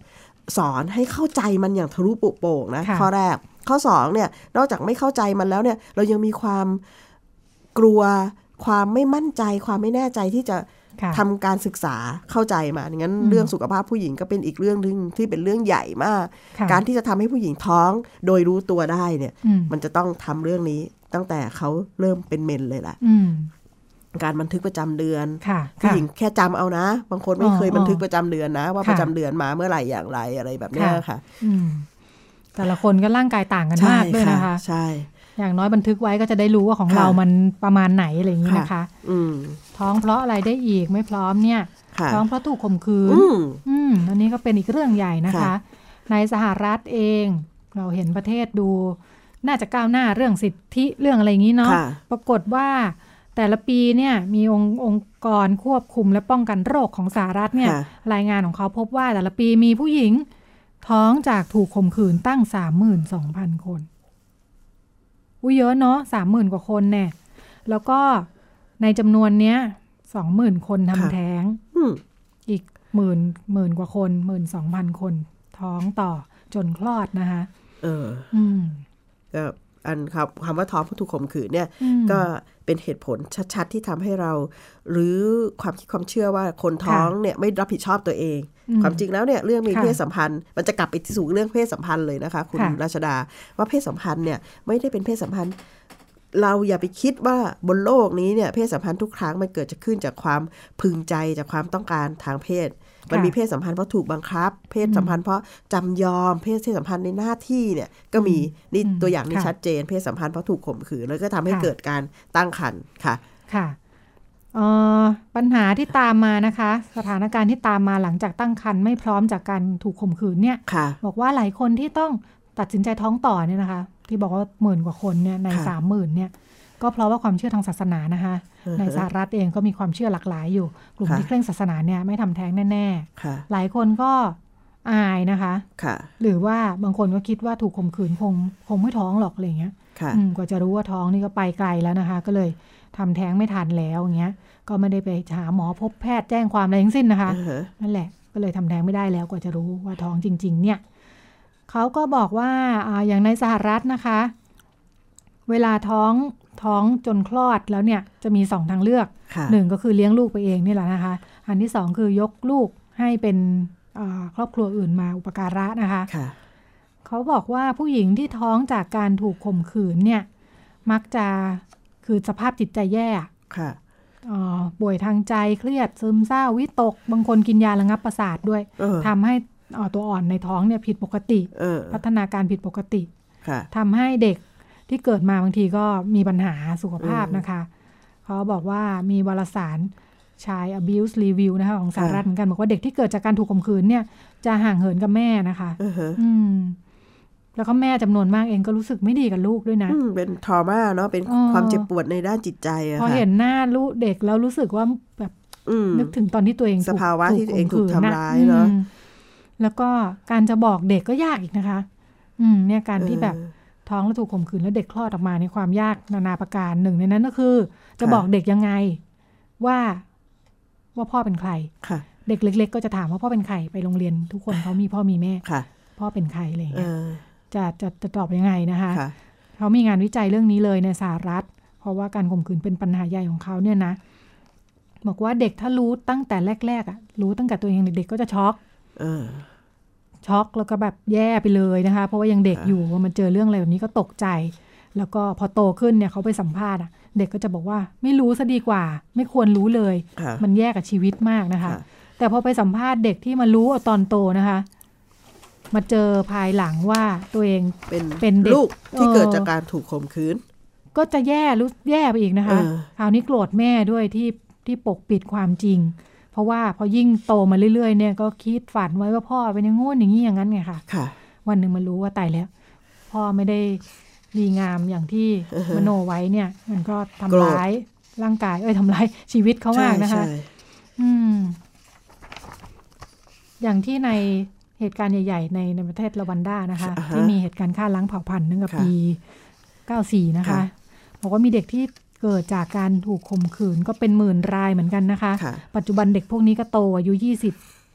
Speaker 3: สอนให้เข้าใจมันอย่างทะลุปุโปร่งนะ
Speaker 2: ค่ะ
Speaker 3: ข้อแรกข้อสองเนี่ยนอกจากไม่เข้าใจมันแล้วเนี่ย เรายังมีความกลัวความไม่มั่นใจ ความไม่แน่ใจที่จะ
Speaker 2: ค่ะ
Speaker 3: ทำการศึกษาเข้าใจมางั้น
Speaker 2: อืม
Speaker 3: เรื่องสุขภาพผู้หญิงก็เป็นอีกเรื่องหนึงที่เป็นเรื่องใหญ่มาก
Speaker 2: ค่ะ
Speaker 3: การที่จะทำให้ผู้หญิงท้องโดยรู้ตัวได้เนี่ย
Speaker 2: อืม
Speaker 3: มันจะต้องทำเรื่องนี้ตั้งแต่เขาเริ่มเป็นเมนเลยล่ะ
Speaker 2: อืม
Speaker 3: การบันทึกประจำเดือน
Speaker 2: ค่ะ
Speaker 3: ผู้
Speaker 2: ค่ะ
Speaker 3: หญิงแค่จำเอานะ บางคนไม่
Speaker 2: อ๋อ
Speaker 3: เคยบันทึกประจำเดือนนะ ว่า
Speaker 2: ค่ะ
Speaker 3: ประจำเดือนมาเมื่อไหร่อย่างไรอะไรแบบเนี้ย
Speaker 2: ค่ะ
Speaker 3: ค่ะ
Speaker 2: อืมแต่ละคนก็ร่างกายต่างกัน
Speaker 3: ใช่
Speaker 2: มากด้วยนะคะ
Speaker 3: ใช่
Speaker 2: อย่างน้อยบันทึกไว้ก็จะได้รู้ว่าของ
Speaker 3: ค่ะ
Speaker 2: เรามันประมาณไหนอะไรอย่างนี้นะคะ
Speaker 3: อืม
Speaker 2: ท้องเพราะอะไรได้อีกไม่พร้อมเนี่ย
Speaker 3: ค่ะ
Speaker 2: ท้องเพราะถูกข่มขืน
Speaker 3: อืม
Speaker 2: อืมอันนี้ก็เป็นอีกเรื่องใหญ่นะคะ
Speaker 3: ค่ะ
Speaker 2: ในสหรัฐเองเราเห็นประเทศดู น่าจะก้าวหน้าเรื่องสิทธิเรื่องอะไรอย่างนี้เนาะ
Speaker 3: ค่ะ
Speaker 2: ปรากฏว่าแต่ละปีเนี่ยมีองค์องค์กรควบคุมและป้องกันโรคของสหรัฐเนี่ย
Speaker 3: ค่ะ
Speaker 2: รายงานของเขาพบว่าแต่ละปีมีผู้หญิง ท้องจากถูกข่มขืนตั้ง 32,000 คนอุ้ยเยอะเนาะ30,000 กว่าคนแน่แล้วก็ในจำนวนเนี้ย20,000 คนทำแท้ง
Speaker 3: อืม
Speaker 2: อีกหมื่นหมื่นกว่าคนหมื่นสองพันคน ท้องต่อจนคลอดนะคะ
Speaker 3: เออ
Speaker 2: อืม
Speaker 3: ก็อันครับคำว่าท้องเพราะถูกข่มขืนเนี่ย
Speaker 2: อืม
Speaker 3: ก็เป็นเหตุผลชัดๆ ที่ทำให้เราหรือความคิดความเชื่อว่าคนท้องเนี่ยไม่รับผิดชอบตัวเอง
Speaker 2: อืม
Speaker 3: ความจริงแล้วเนี่ยเรื่องมี
Speaker 2: ค่ะ
Speaker 3: เพศสัมพันธ์ มันจะกลับไปสู่เรื่องเพศสัมพันธ์เลยนะคะ คุณ
Speaker 2: ค่ะ
Speaker 3: ราชดาว่าเพศสัมพันธ์เนี่ยไม่ได้เป็นเพศสัมพันธ์ เราอย่าไปคิดว่าบนโลกนี้เนี่ยเพศสัมพันธ์ทุกครั้งมันเกิดจะขึ้นจากความพึงใจจากความต้องการทางเพศ มันมีเพศสัมพันธ์เพราะถูกบังคับ เพศสัมพันธ์เพราะจำยอม เพศสัมพันธ์ในหน้าที่เนี่ยก็มีนี่
Speaker 2: อืม
Speaker 3: ตัวอย่างนี่
Speaker 2: ค่ะ
Speaker 3: ชัดเจน เพศสัมพันธ์เพราะถูกข่มขืนแล้วก็ทำให้
Speaker 2: ค่ะ
Speaker 3: เกิดการตั้งครรภ์ค่ะ
Speaker 2: ค่ะเอ่อปัญหาที่ตามมานะคะ สถานการณ์ที่ตามมาหลังจากตั้งครรภ์ไม่พร้อมจากการถูกข่มขืนเนี่ย
Speaker 3: ค่ะ
Speaker 2: บอกว่าหลายคนที่ต้องตัดสินใจท้องต่อเนี่ยนะคะ ที่บอกว่าหมื่นกว่าคนเนี่ยใน
Speaker 3: ค่ะ
Speaker 2: สามหมื่นเนี่ยก็เพราะว่าความเชื่อทางศาสนานะคะ
Speaker 3: อือฮึ
Speaker 2: ในสหรัฐเองก็มีความเชื่อหลากหลายอยู่ กลุ่ม
Speaker 3: ค่ะ
Speaker 2: ที่เคร่งศาสนาเนี่ยไม่ทำแท้งแน่
Speaker 3: ค่ะ
Speaker 2: ๆ หลายคนก็อายนะคะ
Speaker 3: ค่ะ
Speaker 2: หรือว่าบางคนก็คิดว่าถูกข่มขืนคงคงไม่ท้องหรอกอะไรเงี้ย
Speaker 3: ค่ะ
Speaker 2: อืมกว่าจะรู้ว่าท้องนี่ก็ไปไกลแล้วนะคะ ก็เลยทำแท้งไม่ทันแล้วอย่างเงี้ย ก็ไม่ได้ไปหาหมอพบแพทย์แจ้งความอะไรทั้งสิ้นนะคะ
Speaker 3: อือฮะ
Speaker 2: นั่นแหละ ก็เลยทำแท้งไม่ได้แล้วกว่าจะรู้ว่าท้องจริง ๆ เนี่ยเขาก็บอกว่าอ่าอย่างในสหรัฐนะคะ เวลาท้องท้องจนคลอดแล้วเนี่ยจะมีสองทางเลือก
Speaker 3: ค่ะ
Speaker 2: หนึ่งก็คือเลี้ยงลูกไปเองนี่แหละนะคะ อันที่สองคือยกลูกให้เป็นอ่าครอบครัวอื่นมาอุปการะนะคะ
Speaker 3: ค่ะ
Speaker 2: เขาบอกว่าผู้หญิงที่ท้องจากการถูกข่มขืนเนี่ย มักจะคือสภาพจิตใจแย่
Speaker 3: ค่ะ
Speaker 2: เอ่อป่วยทางใจเครียดซึมเศร้าวิตก บางคนกินยาระงับประสาทด้วย
Speaker 3: เออ
Speaker 2: ทำให้เอ่อตัวอ่อนในท้องเนี่ยผิดปกติ
Speaker 3: เออ
Speaker 2: พัฒนาการผิดปกติ
Speaker 3: ค่ะ
Speaker 2: ทำให้เด็กที่เกิดมาบางทีก็มีปัญหาสุขภาพ
Speaker 3: อืม
Speaker 2: นะคะ เขาบอกว่ามีวารสารชาย abuse review นะคะของสหรัฐเห
Speaker 3: ค่ะ
Speaker 2: มือนกันบอกว่าเด็กที่เกิดจากการถูกข่มขืนเนี่ยจะห่างเหินกับแม่นะคะ
Speaker 3: เออฮะ
Speaker 2: อืม แล้วก็แม่จำนวนมากเองก็รู้สึกไม่ดีกับลูกด้วยนะ
Speaker 3: อืมเป็นทอมาเนาะเป็น
Speaker 2: อ๋อ
Speaker 3: ความเจ็บปวดในด้านจิตใจอะ
Speaker 2: พอ
Speaker 3: ค่ะ
Speaker 2: เห็นหน้าลูกเด็กแล้วรู้สึกว่าแบบ
Speaker 3: อืม
Speaker 2: นึกถึงตอนที่ตัวเองถูก
Speaker 3: สภาวะที่ตัวเองถูกทำร้าย
Speaker 2: ข่มขื
Speaker 3: เนอะ
Speaker 2: อืมแล้วก็การจะบอกเด็กก็ยากอีกนะคะ อืม เนี่ยการที่แบบ
Speaker 3: เออ
Speaker 2: ท้องแล้วถูกข่มขืนแล้วเด็กคลอดออกมาในยความยากนานาประการหนึ่งในนั้นก็คือ จะ
Speaker 3: ค่ะ
Speaker 2: บอกเด็กยังไงว่าว่าพ่อเป็นใคร
Speaker 3: ค่ะ
Speaker 2: เด็กเล็ก ๆ ก็จะถามว่าพ่อเป็นใครไปโรงเรียน ทุกคนเขามีพ่อมีแม่
Speaker 3: ค่ะ
Speaker 2: พ่อเป็นใครอะไรอย่าง
Speaker 3: เอ
Speaker 2: เงี้ย
Speaker 3: อ
Speaker 2: จะจะจะตอบยังไงนะคะ
Speaker 3: ค่ะ
Speaker 2: เขามีงานวิจัยเรื่องนี้เลยในสหรัฐ เพราะว่าการข่มขืนเป็นปัญหาใหญ่ของเขาเนี่ยนะ บอกว่าเด็กถ้ารู้ตั้งแต่แรก ๆอะรู้ตั้งแต่ตัวเองเด็กๆก็จะช็อก
Speaker 3: เออ
Speaker 2: ช็อกแล้วก็แบบแย่ไปเลยนะคะ เพราะว่ายังเด็ก
Speaker 3: ค่ะ
Speaker 2: อยู่ว่ามันเจอเรื่องอะไรแบบนี้ก็ตกใจ แล้วก็พอโตขึ้นเนี่ยเขาไปสัมภาษณ์อะเด็กก็จะบอกว่าไม่รู้ซะดีกว่า ไม่ควรรู้เลย
Speaker 3: ค่ะ
Speaker 2: มันแย่กับชีวิตมากนะคะ
Speaker 3: ค่ะ
Speaker 2: แต่พอไปสัมภาษณ์เด็กที่มารู้เอาตอนโตนะคะ มาเจอภายหลังว่าตัวเอง
Speaker 3: เป็น
Speaker 2: เป็นเด็ก
Speaker 3: ลูกที่
Speaker 2: เออ
Speaker 3: เกิดจากการถูกข่มขืน
Speaker 2: ก็จะแย่รู้แย่ไปอีกนะคะ
Speaker 3: เออ
Speaker 2: คราวนี้โกรธแม่ด้วยที่ที่ปกปิดความจริง เพราะว่าพอยิ่งโตมาเรื่อยๆเนี่ยก็คิดฝันไว้ว่าพ่อเป็นอย่างงู้นอย่างนี้อย่างนั้นไงค่ะ
Speaker 3: ค่ะ
Speaker 2: วันหนึ่งมันรู้ว่าตายแล้ว พ่อไม่ได้ดีงามอย่างที่
Speaker 3: อือฮะ
Speaker 2: มโนไว้เนี่ย มันก็ทำ
Speaker 3: โกรธ
Speaker 2: ร้ายร่างกาย เอ้ยทำร้ายชีวิตเขามากนะคะ
Speaker 3: ใช่ใช่
Speaker 2: อืม อย่างที่ในเหตุการณ์ใหญ่ ๆ ในในประเทศรวันด้านะคะ
Speaker 3: อ่าฮะ
Speaker 2: ที่มีเหตุการณ์ฆ่าล้างเผ่าพันธุ์นั่นกับ
Speaker 3: ค่ะ
Speaker 2: ปี 94 นะคะ
Speaker 3: ค่ะ
Speaker 2: บอกว่ามีเด็กที่เกิดจากการถูกข่มขืนก็เป็นหมื่นรายเหมือนกันนะคะ
Speaker 3: ค่ะ
Speaker 2: ปัจจุบันเด็กพวกนี้ก็โตอายุ 20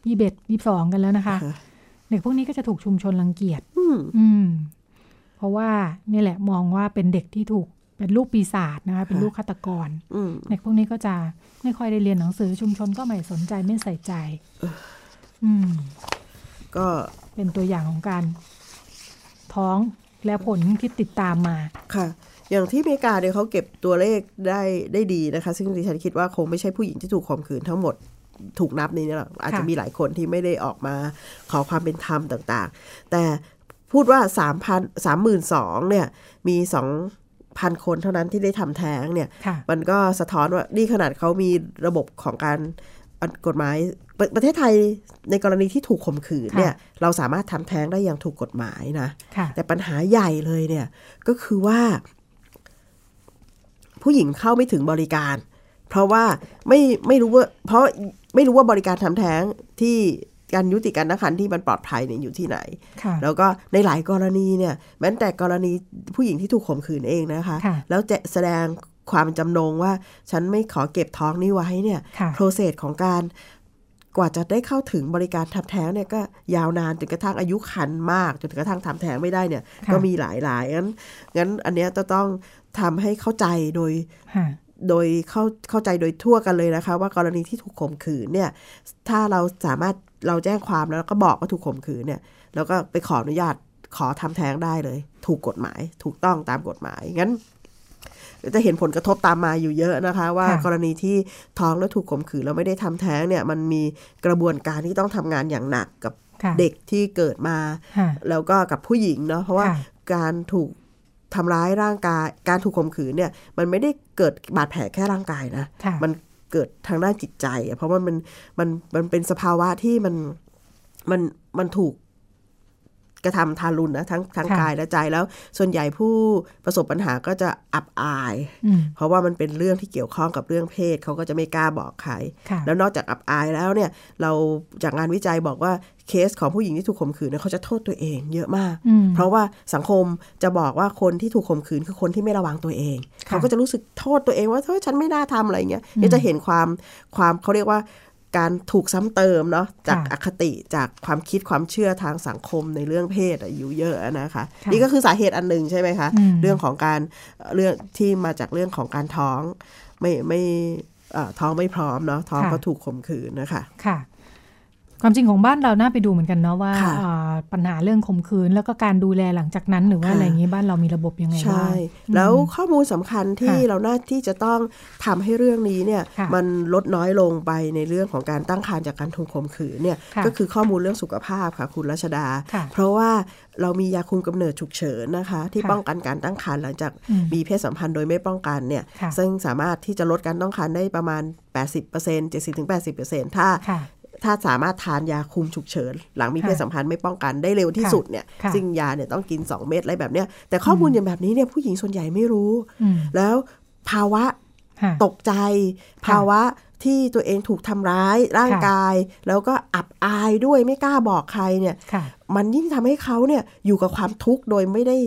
Speaker 2: 21 22 กันแล้วนะคะ
Speaker 3: ค่ะ
Speaker 2: เด็กพวกนี้ก็จะถูกชุมชนรังเกียจ
Speaker 3: อืม
Speaker 2: อืม เพราะว่านี่แหละมองว่าเป็นเด็กที่ถูกเป็นลูกปีศาจนะคะ เป็น
Speaker 3: ค่ะ
Speaker 2: ลูกฆาตกร
Speaker 3: อืม
Speaker 2: เด็กพวกนี้ก็จะไม่ค่อยได้เรียนหนังสือชุมชนก็ไม่สนใจไม่ใส่ใจ อืม
Speaker 3: ก็
Speaker 2: เป็นตัวอย่างของการ ท้องและผลที่ติดตามมา
Speaker 3: ค่ะ อย่างที่อเมริกาเนี่ยเขาเก็บตัวเลขได้ได้ดีนะคะ ซึ่งดิฉันคิดว่าคงไม่ใช่ผู้หญิงที่ถูกข่มขืนทั้งหมดถูกนับนี้เนี่ยหรอกอาจจะ
Speaker 2: ค่ะ
Speaker 3: มีหลายคนที่ไม่ได้ออกมาขอความเป็นธรรมต่างๆ แต่พูดว่า 3,000 32,000เนี่ย มี 2,000 คนเท่านั้นที่ได้ทำแท้งเนี่ย
Speaker 2: ค่ะ
Speaker 3: มันก็สะท้อนว่านี่ขนาดเขามีระบบของการอ่ะกฎหมายประประเทศไทยในกรณีที่ถูกข่มขืนเนี่ย เราสามารถทำแท้งได้อย่างถูกกฎหมายนะ
Speaker 2: ค่ะ
Speaker 3: แต่ปัญหาใหญ่เลยเนี่ยก็คือว่า ผู้หญิงเข้าไม่ถึงบริการ เพราะว่าไม่ไม่รู้ว่าเพราะไม่รู้ว่าบริการทำแท้งที่การยุติการตั้งครรภ์ที่มันปลอดภัยเนี่ยอยู่ที่ไหน
Speaker 2: ค่ะ
Speaker 3: แล้วก็ในหลายกรณีเนี่ย แม้แต่กรณีผู้หญิงที่ถูกข่มขืนเองนะคะ
Speaker 2: ค่ะ
Speaker 3: แล้วจะแสดงความจำนงว่าฉันไม่ขอเก็บท้องนี้ไว้เนี่ย
Speaker 2: ค่ะ
Speaker 3: โปรเซสของการกว่าจะได้เข้าถึงบริการทำแท้งเนี่ยก็ยาวนานจนกระทั่งอายุคันมากจนกระทั่งทำแท้งไม่ได้เนี่ย
Speaker 2: ค่ะ
Speaker 3: ก็มีหลายหลายงั้นงั้นอันเนี้ยจะต้องทำให้เข้าใจโดย
Speaker 2: ค่ะ
Speaker 3: โดยเข้าเข้าใจโดยทั่วกันเลยนะคะ ว่ากรณีที่ถูกข่มขืนเนี่ย ถ้าเราสามารถเราแจ้งความแล้วก็บอกว่าถูกข่มขืนเนี่ย แล้วก็ไปขออนุญาตขอทำแท้งได้เลย ถูกกฎหมาย ถูกต้องตามกฎหมายงั้น จะเห็นผลกระทบตามมาอยู่เยอะนะคะ ว่า
Speaker 2: ค่ะ
Speaker 3: กรณีที่ท้องแล้วถูกข่มขืนแล้วไม่ได้ทำแท้งเนี่ย มันมีกระบวนการที่ต้องทำงานอย่างหนักกับ
Speaker 2: ค่ะ
Speaker 3: เด็กที่เกิดมา
Speaker 2: ค่ะ
Speaker 3: แล้วก็กับผู้หญิงเนาะเพราะว่า
Speaker 2: ค่ะ
Speaker 3: การถูกทำร้ายร่างกาย การถูกข่มขืนเนี่ย มันไม่ได้เกิดบาดแผลแค่ร่างกายนะ
Speaker 2: ค่ะ
Speaker 3: มันเกิดทางด้านจิตใจอะเพราะว่ามันมันมันเป็นสภาวะที่มันมันมันถูกกระทำทารุณนะทั้งทั้ง
Speaker 2: ค่ะ
Speaker 3: กายและใจแล้ว ส่วนใหญ่ผู้ประสบปัญหาก็จะอับอาย
Speaker 2: อืม
Speaker 3: เพราะว่ามันเป็นเรื่องที่เกี่ยวข้องกับเรื่องเพศเขาก็จะไม่กล้าบอกใคร
Speaker 2: ค่ะ
Speaker 3: แล้วนอกจากอับอายแล้วเนี่ย เราจากงานวิจัยบอกว่าเคสของผู้หญิงที่ถูกข่มขืนเนี่ยเขาจะโทษตัวเองเยอะมาก
Speaker 2: อืม
Speaker 3: เพราะว่าสังคมจะบอกว่าคนที่ถูกข่มขืนคือคนที่ไม่ระวังตัวเอง
Speaker 2: ค่ะ
Speaker 3: เขาก็จะรู้สึกโทษตัวเองว่าเฮ้ยฉันไม่น่าทำอะไรเงี้ย
Speaker 2: อืม
Speaker 3: เนี่ยจะเห็นความความเขาเรียกว่าการถูกซ้ำเติมเนาะจาก
Speaker 2: ค่ะ
Speaker 3: อคติจากความคิดความเชื่อทางสังคมในเรื่องเพศอะอยู่เยอะนะคะ
Speaker 2: ค่ะ
Speaker 3: นี่ก็คือสาเหตุอันหนึ่งใช่ไหมคะ
Speaker 2: อืม
Speaker 3: เรื่องของการเอ่อเรื่องที่มาจากเรื่องของการท้องไม่ไม่เอ่อท้องไม่พร้อมเนาะท้อง
Speaker 2: ค่ะ
Speaker 3: เพราะถูกข่มขืนนะคะ
Speaker 2: ค่ะ ความจริงของบ้านเราน่าไปดูเหมือนกันเนาะว่า
Speaker 3: ค่ะ
Speaker 2: อ่าปัญหาเรื่องข่มขืนแล้วก็การดูแลหลังจากนั้นหรือว่า
Speaker 3: ค่ะ
Speaker 2: อะไรอย่างนี้บ้านเรามีระบบยังไงบ้
Speaker 3: ใช่
Speaker 2: าง
Speaker 3: แล้วข้อมูลสำคัญที่
Speaker 2: ค่ะ
Speaker 3: เราน่าที่จะต้องทำให้เรื่องนี้เนี่ย
Speaker 2: ค่ะ
Speaker 3: มันลดน้อยลงไปในเรื่องของการตั้งครรภ์จากการถูกข่มขืนเนี่ย
Speaker 2: ค่ะ
Speaker 3: ก็คือข้อมูลเรื่องสุขภาพค่ะคุณรัชดา
Speaker 2: ค่ะ
Speaker 3: เพราะว่าเรามียาคุมกำเนิดฉุกเฉินนะคะ ที่
Speaker 2: ค่ะ
Speaker 3: ป้องกันการตั้งครรภ์หลังจาก
Speaker 2: อืม
Speaker 3: มีเพศสัมพันธ์โดยไม่ป้องกันเนี่ย
Speaker 2: ค่ะ
Speaker 3: ซึ่งสามารถที่จะลดการตั้งครรภ์ได้ประมาณ 80% 70-80%ถ้า
Speaker 2: ค่ะ
Speaker 3: ถ้าสามารถทานยาคุมฉุกเฉิน หลังมี
Speaker 2: ค่ะ
Speaker 3: เพศสัมพันธ์ไม่ป้องกันได้เร็วที่
Speaker 2: ค่ะ
Speaker 3: สุดเนี่ย
Speaker 2: ค่ะ
Speaker 3: ซึ่งยาเนี่ยต้องกิน 2 เม็ดอะไรแบบเนี้ยแต่ข้อมูลอย่างแบบนี้เนี่ยผู้หญิงส่วนใหญ่ไม่รู้
Speaker 2: อืม
Speaker 3: แล้วภาวะ
Speaker 2: ค่ะ
Speaker 3: ตกใจ ภาวะที่ตัวเองถูกทำร้ายร่าง
Speaker 2: ค่ะ
Speaker 3: กาย แล้วก็อับอายด้วยไม่กล้าบอกใครเนี่ย
Speaker 2: ค่ะ
Speaker 3: มันยิ่งทำให้เขาเนี่ยอยู่กับความทุกข์โดยไม่ได้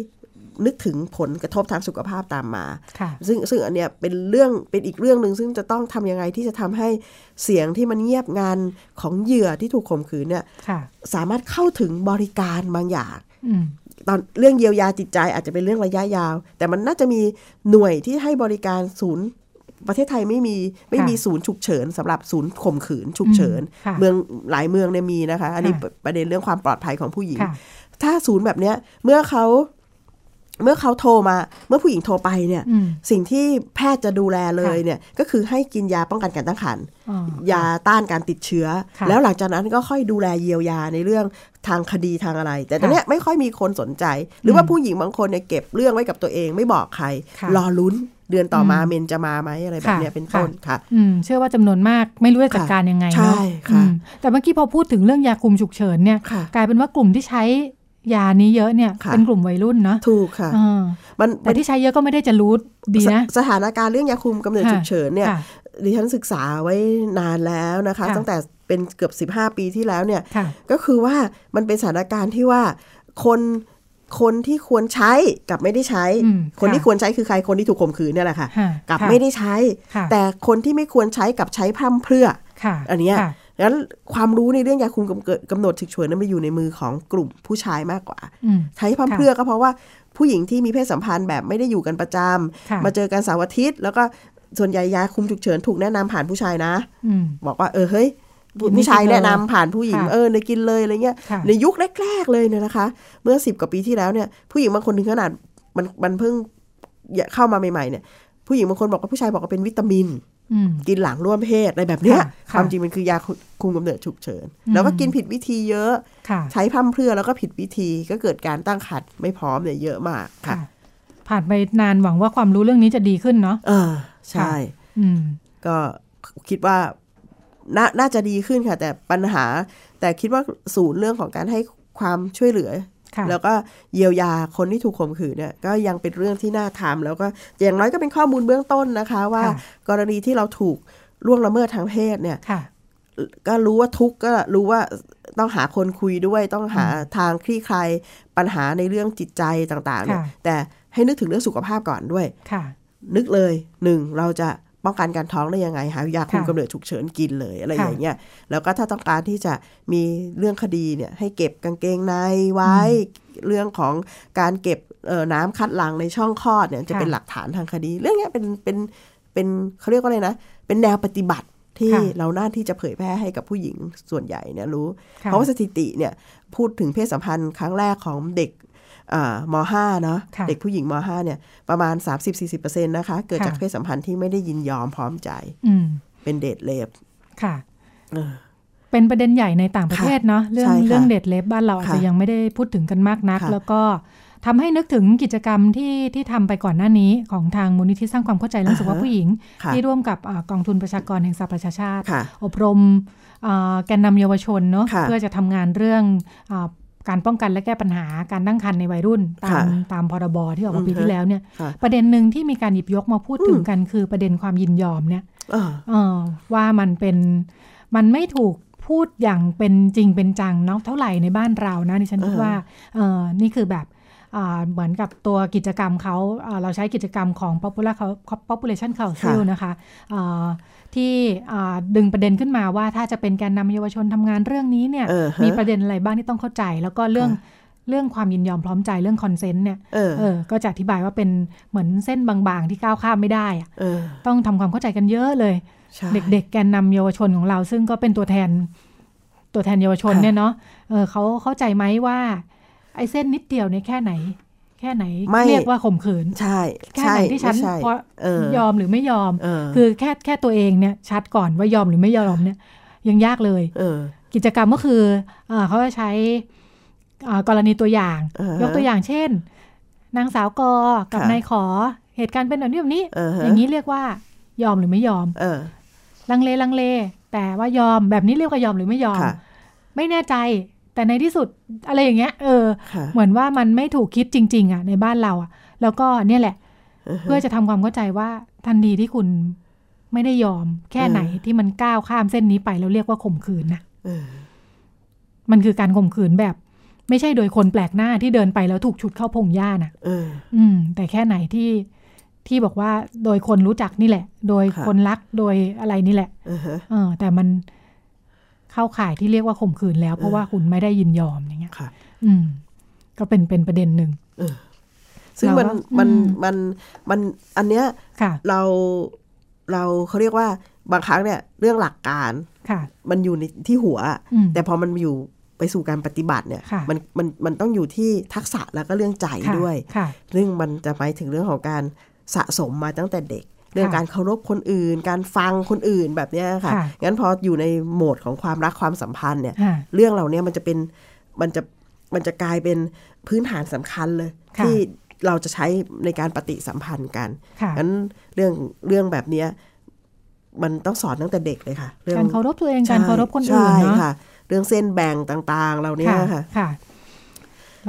Speaker 3: นึกถึงผลกระทบทางสุขภาพตามมา
Speaker 2: ค่ะ
Speaker 3: ซึ่งซึ่งอันเนี้ยเป็นเรื่องเป็นอีกเรื่องหนึ่งซึ่งจะต้องทำยังไงที่จะทำให้เสียงที่มันเงียบงันของเหยื่อที่ถูกข่มขืนเนี่ย
Speaker 2: ค่ะ
Speaker 3: สามารถเข้าถึงบริการบางอย่าง
Speaker 2: อืม
Speaker 3: ตอนเรื่องเยียวยาจิตใจอาจจะเป็นเรื่องระยะยาว แต่มันน่าจะมีหน่วยที่ให้บริการศูนย์ประเทศไทยไม่มีไม่มีศูนย์ฉุกเฉินสำหรับศูนย์ข่มขืนฉุกเฉิน
Speaker 2: อืมค่ะ
Speaker 3: เมืองหลายเมืองเนี่ยมีนะคะ อันนี้
Speaker 2: ค่ะ
Speaker 3: ประเด็นเรื่องความปลอดภัยของผู้หญิง
Speaker 2: ค่ะ
Speaker 3: ถ้าศูนย์แบบเนี้ยเมื่อเขา เมื่อเขาโทรมา เมื่อผู้หญิงโทรไปเนี่ย
Speaker 2: อืม
Speaker 3: สิ่งที่แพทย์จะดูแลเลยเนี่ย ก็คือให้กินยาป้องกันการตั้งครรภ์
Speaker 2: อ๋อ
Speaker 3: ยาต้านการติดเชื้อ
Speaker 2: ค่ะ
Speaker 3: แล้วหลังจากนั้นก็ค่อยดูแลเยียวยาในเรื่องทางคดีทางอะไร แต่ตอนเนี้ยไม่ค่อยมีคนสนใจ หรือว่าผู้หญิงบางคนเนี่ยเก็บเรื่องไว้กับตัวเองไม่บอกใคร
Speaker 2: ค่ะ
Speaker 3: รอลุ้นเดือนต่อมา
Speaker 2: อืม
Speaker 3: เมนจะมาไหมอะไรแบบเนี้ย
Speaker 2: ค่ะ
Speaker 3: เป็นต้นค่ะ
Speaker 2: อืมเชื่อว่าจำนวนมากไม่รู้จะจัดการยังไง
Speaker 3: ใช่
Speaker 2: เนาะ
Speaker 3: ค่ะ
Speaker 2: อืมแต่เมื่อกี้พอพูดถึงเรื่องยาคุมฉุกเฉินเนี่ย
Speaker 3: ค่ะ
Speaker 2: กลายเป็นว่ากลุ่มที่ใช้ยานี้เยอะเนี่ย
Speaker 3: ค่ะ
Speaker 2: เป็นกลุ่มวัยรุ่นเนาะ
Speaker 3: ถูกค่ะ
Speaker 2: เออ
Speaker 3: มัน
Speaker 2: แต่ที่ใช้เยอะก็ไม่ได้จะรู้ดีนะ
Speaker 3: สสถานการณ์เรื่องยาคุมกำเนิด
Speaker 2: ค่ะ
Speaker 3: ฉุกเฉินเนี่ย
Speaker 2: ค่ะ
Speaker 3: ดิฉันศึกษาไว้นานแล้วนะคะ
Speaker 2: ค่ะ
Speaker 3: ตั้งแต่เป็นเกือบ 15 ปีที่แล้วเนี่ย
Speaker 2: ค่ะ
Speaker 3: ก็คือว่ามันเป็นสถานการณ์ที่ว่าคนคนที่ควรใช้กับไม่ได้ใช้
Speaker 2: อืม
Speaker 3: คน
Speaker 2: ค่ะ
Speaker 3: ที่ควรใช้คือใครคนที่ถูกข่มขืนเนี่ยแหละค่ะ
Speaker 2: ค่ะ
Speaker 3: กับ
Speaker 2: ค่ะ
Speaker 3: ไม่ได้ใช้
Speaker 2: ค่ะ
Speaker 3: แต่คนที่ไม่ควรใช้กับใช้พร่ำเพรื่อ
Speaker 2: ค่ะ
Speaker 3: อันเนี้ย
Speaker 2: ค่ะ
Speaker 3: งั้นความรู้ในเรื่องยาคุมกำเกิดกำหนดฉุกเฉินนั้นมาอยู่ในมือของกลุ่มผู้ชายมากกว่า
Speaker 2: อืม
Speaker 3: ใช้พร่ำ
Speaker 2: ค่ะ
Speaker 3: เพรื่อก็เพราะว่าผู้หญิงที่มีเพศสัมพันธ์แบบไม่ได้อยู่กันประจำ
Speaker 2: ค่ะ
Speaker 3: มาเจอกันเสาร์อาทิตย์ แล้วก็ส่วนใหญ่ยาคุมฉุกเฉินถูกแนะนำผ่านผู้ชายนะ
Speaker 2: อืม
Speaker 3: บอกว่าเออเฮ้ยผู้
Speaker 2: กินไม่
Speaker 3: ผู้ชาย
Speaker 2: กินเลย
Speaker 3: แนะนำผ่านผู้หญิง
Speaker 2: ค่ะ
Speaker 3: เออในกินเลยอะไรเงี้ย
Speaker 2: ค่ะ
Speaker 3: ในยุคแรกๆเลยเนี่ยนะคะ เมื่อสิบกว่าปีที่แล้วเนี่ยผู้หญิงบางคนถึงขนาดมันมันเพิ่งเข้ามาใหม่ๆเนี่ย ผู้หญิงบางคนบอกว่าผู้ชายบอกว่าเป็นวิตามิน
Speaker 2: อืม
Speaker 3: กินหลังร่วมเพศอะไรแบบเนี้ย
Speaker 2: ค่ะ
Speaker 3: ความจริงมันคือยาคุมกำเนิดฉุกเฉิน
Speaker 2: อืม
Speaker 3: แล้วก็กินผิดวิธีเยอะ
Speaker 2: ค่ะ
Speaker 3: ใช้พร่ำเพรื่อแล้วก็ผิดวิธีก็เกิดการตั้งครรภ์ไม่พร้อมเนี่ยเยอะมากค่ะ
Speaker 2: ค่ะ ผ่านไปนานหวังว่าความรู้เรื่องนี้จะดีขึ้นเนาะ
Speaker 3: เออใช่
Speaker 2: ค่ะ อืม
Speaker 3: ก็คิดว่านาน่าจะดีขึ้นค่ะ แต่ปัญหา แต่คิดว่าศูนย์เรื่องของการให้ความช่วยเหลือ
Speaker 2: ค่ะ
Speaker 3: แล้วก็เยียวยาคนที่ถูกข่มขืนเนี่ยก็ยังเป็นเรื่องที่น่าทำแล้วก็อย่างน้อยก็เป็นข้อมูลเบื้องต้นนะคะ ว่า
Speaker 2: ค่ะ
Speaker 3: กรณีที่เราถูกล่วงละเมิดทางเพศเนี่ย
Speaker 2: ค่ะ
Speaker 3: ก็รู้ว่าทุกข์ก็รู้ว่าต้องหาคนคุยด้วยต้องหาทางคลี่คลายปัญหาในเรื่องจิตใจต่างๆเนี่ย
Speaker 2: ค่ะ
Speaker 3: แต่ให้นึกถึงเรื่องสุขภาพก่อนด้วย
Speaker 2: ค่ะ
Speaker 3: นึกเลยหนึ่งเราจะป้องกันการท้องได้ยังไง หายาคุม
Speaker 2: ค่ะ
Speaker 3: กำเนิดฉุกเฉินกินเลยอะไร
Speaker 2: ค่ะ
Speaker 3: อย่างเงี้ยแล้วก็ถ้าต้องการที่จะมีเรื่องคดีเนี่ยให้เก็บกางเกงในไว้ เรื่องของการเก็บเอ่อน้ำคัดหลังในช่องคลอดเนี่ยจะ
Speaker 2: ค่ะ
Speaker 3: เป็นหลักฐานทางคดี เรื่องเนี้ยเป็นเป็นเป็นเขาเรียกว่าอะไรนะ เป็นแนวปฏิบัติที่
Speaker 2: ค่ะ
Speaker 3: เราหน้าที่จะเผยแพร่ให้กับผู้หญิงส่วนใหญ่เนี่ยรู้
Speaker 2: ค่
Speaker 3: เพราะว่าสถิติเนี่ยพูดถึงเพศสัมพันธ์ครั้งแรกของเด็กเอ่อม .5 เนาะ
Speaker 2: ค่ะ
Speaker 3: เด็กผู้หญิงม .5 เนี่ยประมาณ 30-40%นะคะ เกิดจาก
Speaker 2: ค่ะ
Speaker 3: เพศสัมพันธ์ที่ไม่ได้ยินยอมพร้อมใจ
Speaker 2: อืม
Speaker 3: เป็นเดทเลฟ
Speaker 2: ค่ะ เป็นประเด็นใหญ่ในต่างประเทศเนาะเรื่อง
Speaker 3: ใช่ค่ะ
Speaker 2: เรื่องเด็ดเล็บบ้านเราอาจ
Speaker 3: ค่ะ
Speaker 2: จะยังไม่ได้พูดถึงกันมากนัก
Speaker 3: ค่ะ
Speaker 2: แล้วก็ทำให้นึกถึงกิจกรรมที่ที่ทำไปก่อนหน้านี้ของทางมูลนิธิสร้างความเข้าใจเรื่องสุขภาพ
Speaker 3: อ่าฮะ
Speaker 2: ผู้หญิง
Speaker 3: ค่ะ
Speaker 2: ที่ร่วมกับอ่ากองทุนประชากรแห่งสหประชาชาติ
Speaker 3: ค่ะ
Speaker 2: อบรมอ่าแกนนำเยาวชนเนาะ
Speaker 3: ค่ะ
Speaker 2: เพื่อจะทำงานเรื่องอาการป้องกันและแก้ปัญหาการตั้งครรภ์ในวัยรุ่น ตาม
Speaker 3: ค่ะ
Speaker 2: ตามพรบที่ออก
Speaker 3: อื
Speaker 2: มา
Speaker 3: อฮึ
Speaker 2: ปีที่แล้วเนี่ย
Speaker 3: ค่ะ
Speaker 2: ประเด็นหนึ่งที่มีการหยิบยกมาพูดถึง
Speaker 3: อืม
Speaker 2: กันคือประเด็นความยินยอมเนี่ย
Speaker 3: เออ
Speaker 2: เออว่ามันเป็นมันไม่ถูกพูดอย่างเป็นจริงเป็นจังเนาะเท่าไหร่ในบ้านเรานะดิฉันคิด
Speaker 3: อ่าฮะ
Speaker 2: ว่าเออนี่คือแบบอ่าเหมือนกับตัวกิจกรรมเขาเอ่อเราใช้กิจกรรมของ popular Cou- population council
Speaker 3: ค่ะ
Speaker 2: นะคะเอ่อที่อ่าดึงประเด็นขึ้นมาว่าถ้าจะเป็นแกนนำเยาวชนทำงานเรื่องนี้เนี่ย
Speaker 3: เออฮะ
Speaker 2: มีประเด็นอะไรบ้างที่ต้องเข้าใจ แล้วก็เรื่อง
Speaker 3: ค่ะ
Speaker 2: เรื่องความยินยอมพร้อมใจเรื่องคอนเซนต์เนี่ย
Speaker 3: เออ
Speaker 2: เออก็จะอธิบายว่าเป็นเหมือนเส้นบางๆที่ก้าวข้ามไม่ได้อะ
Speaker 3: เออ
Speaker 2: ต้องทำความเข้าใจกันเยอะเลย
Speaker 3: ใช่
Speaker 2: เด็กๆ แกนนำเยาวชนของเราซึ่งก็เป็นตัวแทนตัวแทนเยาวชน
Speaker 3: ค่ะ
Speaker 2: เนี่ยเนาะเออเขาเข้าใจไหมว่า ไอ้เส้นนิดเดียวเนี่ยแค่ไหน แค่ไหน
Speaker 3: ไม่
Speaker 2: เรียกว่าข่มขืน
Speaker 3: ใช่
Speaker 2: แค่ไห
Speaker 3: ใช่
Speaker 2: นที่ฉัน
Speaker 3: ไม่ใช่
Speaker 2: พอ
Speaker 3: เออย
Speaker 2: อมหรือไม่ยอม
Speaker 3: เออ
Speaker 2: คือแค่แค่ตัวเองเนี่ยชัดก่อนว่ายอมหรือไม่ยอมเนี่ย ยังยากเลย
Speaker 3: เออ
Speaker 2: กิจกรรมก็คือเอ่อเขาจะใช้เอ่อกรณีตัวอย่าง
Speaker 3: อ่าฮะ
Speaker 2: ยกตัวอย่างเช่น นางสาวกอกับ
Speaker 3: ค่ะ
Speaker 2: นายขอเหตุการณ์เป็นแบบนี้แบบนี้
Speaker 3: เออฮะ
Speaker 2: อย่างนี้เรียกว่ายอมหรือไม่ยอม
Speaker 3: เออ
Speaker 2: ลังเลลังเล แต่ว่ายอมแบบนี้เรียกว่ายอมหรือไม่ยอม
Speaker 3: ค่ะ
Speaker 2: ไม่แน่ใจ แต่ในที่สุดอะไรอย่างเงี้ยเออ
Speaker 3: ค่ะ
Speaker 2: เหมือนว่ามันไม่ถูกคิดจริง ๆอ่ะในบ้านเราอ่ะ แล้วก็เนี่ยแหละ
Speaker 3: อฮะ
Speaker 2: เพื่อจะทำความเข้าใจว่าทันทีที่คุณไม่ได้ยอม แค่ไหน
Speaker 3: เออ
Speaker 2: ที่มันก้าวข้ามเส้นนี้ไปแล้วเรียกว่าข่มขืนนะ
Speaker 3: เออ
Speaker 2: มันคือการข่มขืนแบบ ไม่ใช่โดยคนแปลกหน้าที่เดินไปแล้วถูกฉุดเข้าพงหญ้าน่ะ
Speaker 3: เออ
Speaker 2: อืม แต่แค่ไหนที่ที่บอกว่าโดยคนรู้จักนี่แหละ โดย
Speaker 3: ค่ะ
Speaker 2: คนรักโดยอะไรนี่แหละ
Speaker 3: เออฮะ
Speaker 2: เออแต่มันเข้าข่ายที่เรียกว่าข่มขืนแล้ว เพราะ
Speaker 3: เออ
Speaker 2: ว่าคุณไม่ได้ยินยอมอย่างเงี้ย
Speaker 3: ค่ะ
Speaker 2: อืม ก็เป็นเป็นประเด็นหนึ่ง
Speaker 3: ซึ่งมัน
Speaker 2: เราก็
Speaker 3: มัน
Speaker 2: อืม
Speaker 3: มันมันอันเนี้ย
Speaker 2: ค่ะ
Speaker 3: เราเราเขาเรียกว่าบางครั้งเนี่ยเรื่องหลักการ
Speaker 2: ค่ะ
Speaker 3: มันอยู่ในที่หัว
Speaker 2: อืม
Speaker 3: แต่พอมันอยู่ ไปสู่การปฏิบัติเนี่ย
Speaker 2: ค่ะ
Speaker 3: มันมันมันต้องอยู่ที่ทักษะแล้วก็เรื่องใจ
Speaker 2: ค่ะ
Speaker 3: ด้วย
Speaker 2: ค่ะ
Speaker 3: เรื่องมันจะหมายถึงเรื่องของการสะสมมาตั้งแต่เด็ก เรื่อง
Speaker 2: ค่ะ
Speaker 3: การเคารพคนอื่น การฟังคนอื่นแบบเนี้ยค่ะ
Speaker 2: ค่ะ
Speaker 3: งั้นพออยู่ในโหมดของความรักความสัมพันธ์เนี่ย
Speaker 2: ค่ะ
Speaker 3: เรื่องเหล่าเนี้ยมันจะเป็นมันจะมันจะกลายเป็นพื้นฐานสำคัญเลย
Speaker 2: ค่ะ
Speaker 3: ที่เราจะใช้ในการปฏิสัมพันธ์กัน
Speaker 2: ค่ะ
Speaker 3: งั้นเรื่องเรื่องแบบเนี้ยมันต้องสอนตั้งแต่เด็กเลยค่ะ เรื่อง
Speaker 2: การเคารพตัวเองการ
Speaker 3: ใช่
Speaker 2: เคารพคนอื่น
Speaker 3: ใช่
Speaker 2: เนาะ
Speaker 3: ค่ะ เรื่องเส้นแบ่งต่างๆเหล่านี้ค่ะ
Speaker 2: ค่ะ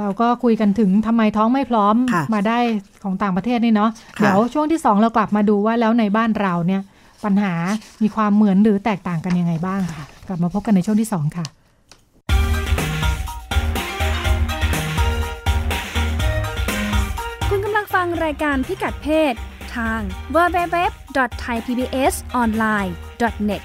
Speaker 2: เราก็คุยกันถึงทำไมท้องไม่พร้อม
Speaker 3: ค่ะ
Speaker 2: มาได้ของต่างประเทศนี่เนาะ
Speaker 3: ค่ะ
Speaker 2: เดี๋ยวช่วงที่ 2 เรากลับมาดูว่าแล้วในบ้านเราเนี่ย ปัญหามีความเหมือนหรือแตกต่างกันยังไงบ้างค่ะ กลับมาพบกันในช่วงที่ 2 ค่ะ
Speaker 1: คุณกำลังฟังรายการพิกัดเพศ ทาง www.thaipbsonline.net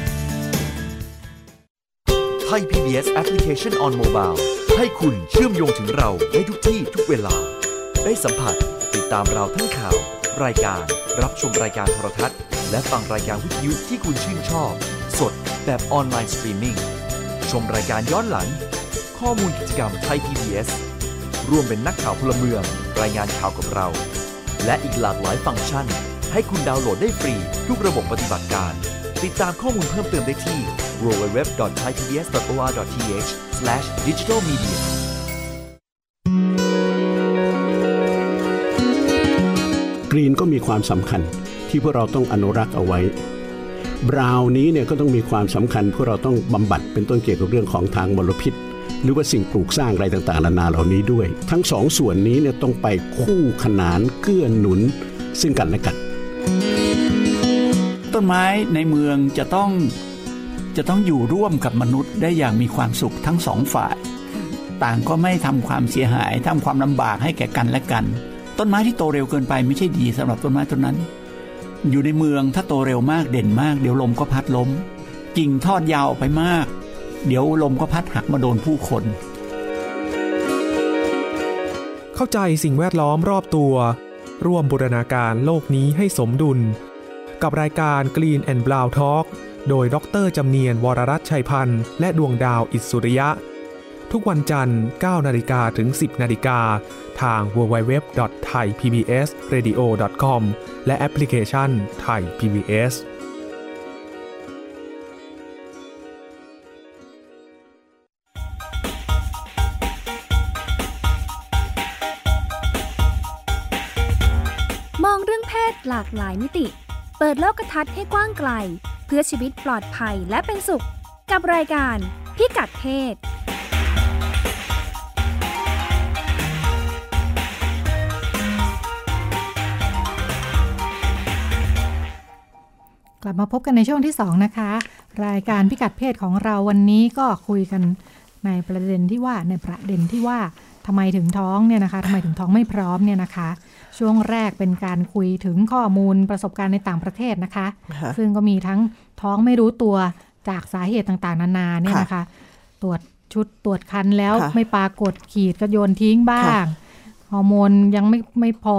Speaker 4: ไทย PBS Application on Mobile ให้คุณเชื่อมโยงถึงเราได้ทุกที่ทุกเวลา ได้สัมผัสติดตามเราทั้งข่าว รายการ รับชมรายการโทรทัศน์ และฟังรายการวิทยุที่คุณชื่นชอบ สดแบบออนไลน์สตรีมมิ่งชมรายการย้อนหลัง ข้อมูลกิจกรรมไทย PBS ร่วมเป็นนักข่าวพลเมือง รายงานข่าวกับเรา และอีกหลากหลายฟังก์ชัน ให้คุณดาวน์โหลดได้ฟรีทุกระบบปฏิบัติการ ติดตามข้อมูลเพิ่มเติมได้ที่ www.thaipbs.or.th/digitalmedia
Speaker 5: กรีนก็มีความสำคัญที่พวกเราต้องอนุรักษ์เอาไว้ บราวนี้เนี่ยก็ต้องมีความสำคัญพวกเราต้องบำบัดเป็นต้นเกี่ยวกับเรื่องของทางมลพิษ หรือว่าสิ่งปลูกสร้างอะไรต่างๆนานาเหล่านี้ด้วย ทั้งสองส่วนนี้เนี่ยต้องไปคู่ขนานเกื้อหนุน ซึ่งกันและกัน
Speaker 6: ต้นไม้ในเมืองจะต้องจะต้องอยู่ร่วมกับมนุษย์ได้อย่างมีความสุขทั้งสองฝ่าย ต่างก็ไม่ทำความเสียหายทำความลำบากให้แก่กันและกัน ต้นไม้ที่โตเร็วเกินไปไม่ใช่ดีสำหรับต้นไม้ต้นนั้น อยู่ในเมืองถ้าโตเร็วมากเด่นมากเดี๋ยวลมก็พัดล้มกิ่งทอดยาวออกไปมาก เดี๋ยวลมก็พัดหักมาโดนผู้คน
Speaker 7: เข้าใจสิ่งแวดล้อมรอบตัว ร่วมบูรณาการโลกนี้ให้สมดุล กับรายการ Green and Brown Talk โดยดรจำเนียนวรรัตน์ชัยพันธ์ และดวงดาวอิสุริยะ ทุกวันจันทร์ 9นาฬิกาถึง 10นาฬิกาทาง www.thaipbsradio.com และแอปพลิเคชัน Thai PBS
Speaker 1: มองเรื่องเพศหลากหลายมิติ เปิดโลกทัศน์ให้กว้างไกล เพื่อชีวิตปลอดภัยและเป็นสุข กับรายการพิกัดเพศ
Speaker 2: กลับมาพบกันในช่วงที่ 2 นะคะ รายการพิกัดเพศของเราวันนี้ก็คุยกันในประเด็นที่ว่าในประเด็นที่ว่าทำไมถึงท้องเนี่ยนะคะทำไมถึงท้องไม่พร้อมเนี่ยนะคะ ช่วงแรกเป็นการคุยถึงข้อมูลประสบการณ์ในต่างประเทศนะคะ
Speaker 3: ค่ะ
Speaker 2: ซึ่งก็มีทั้งท้องไม่รู้ตัวจากสาเหตุต่างๆ นานาเนี่ย
Speaker 3: ค่ะ
Speaker 2: นะคะ ตรวจชุดตรวจคันแล้ว
Speaker 3: ค่ะ
Speaker 2: ไม่ปรากฏขีดก็โยนทิ้งบ้าง ฮอร์โมนยังไม่ไม่พอ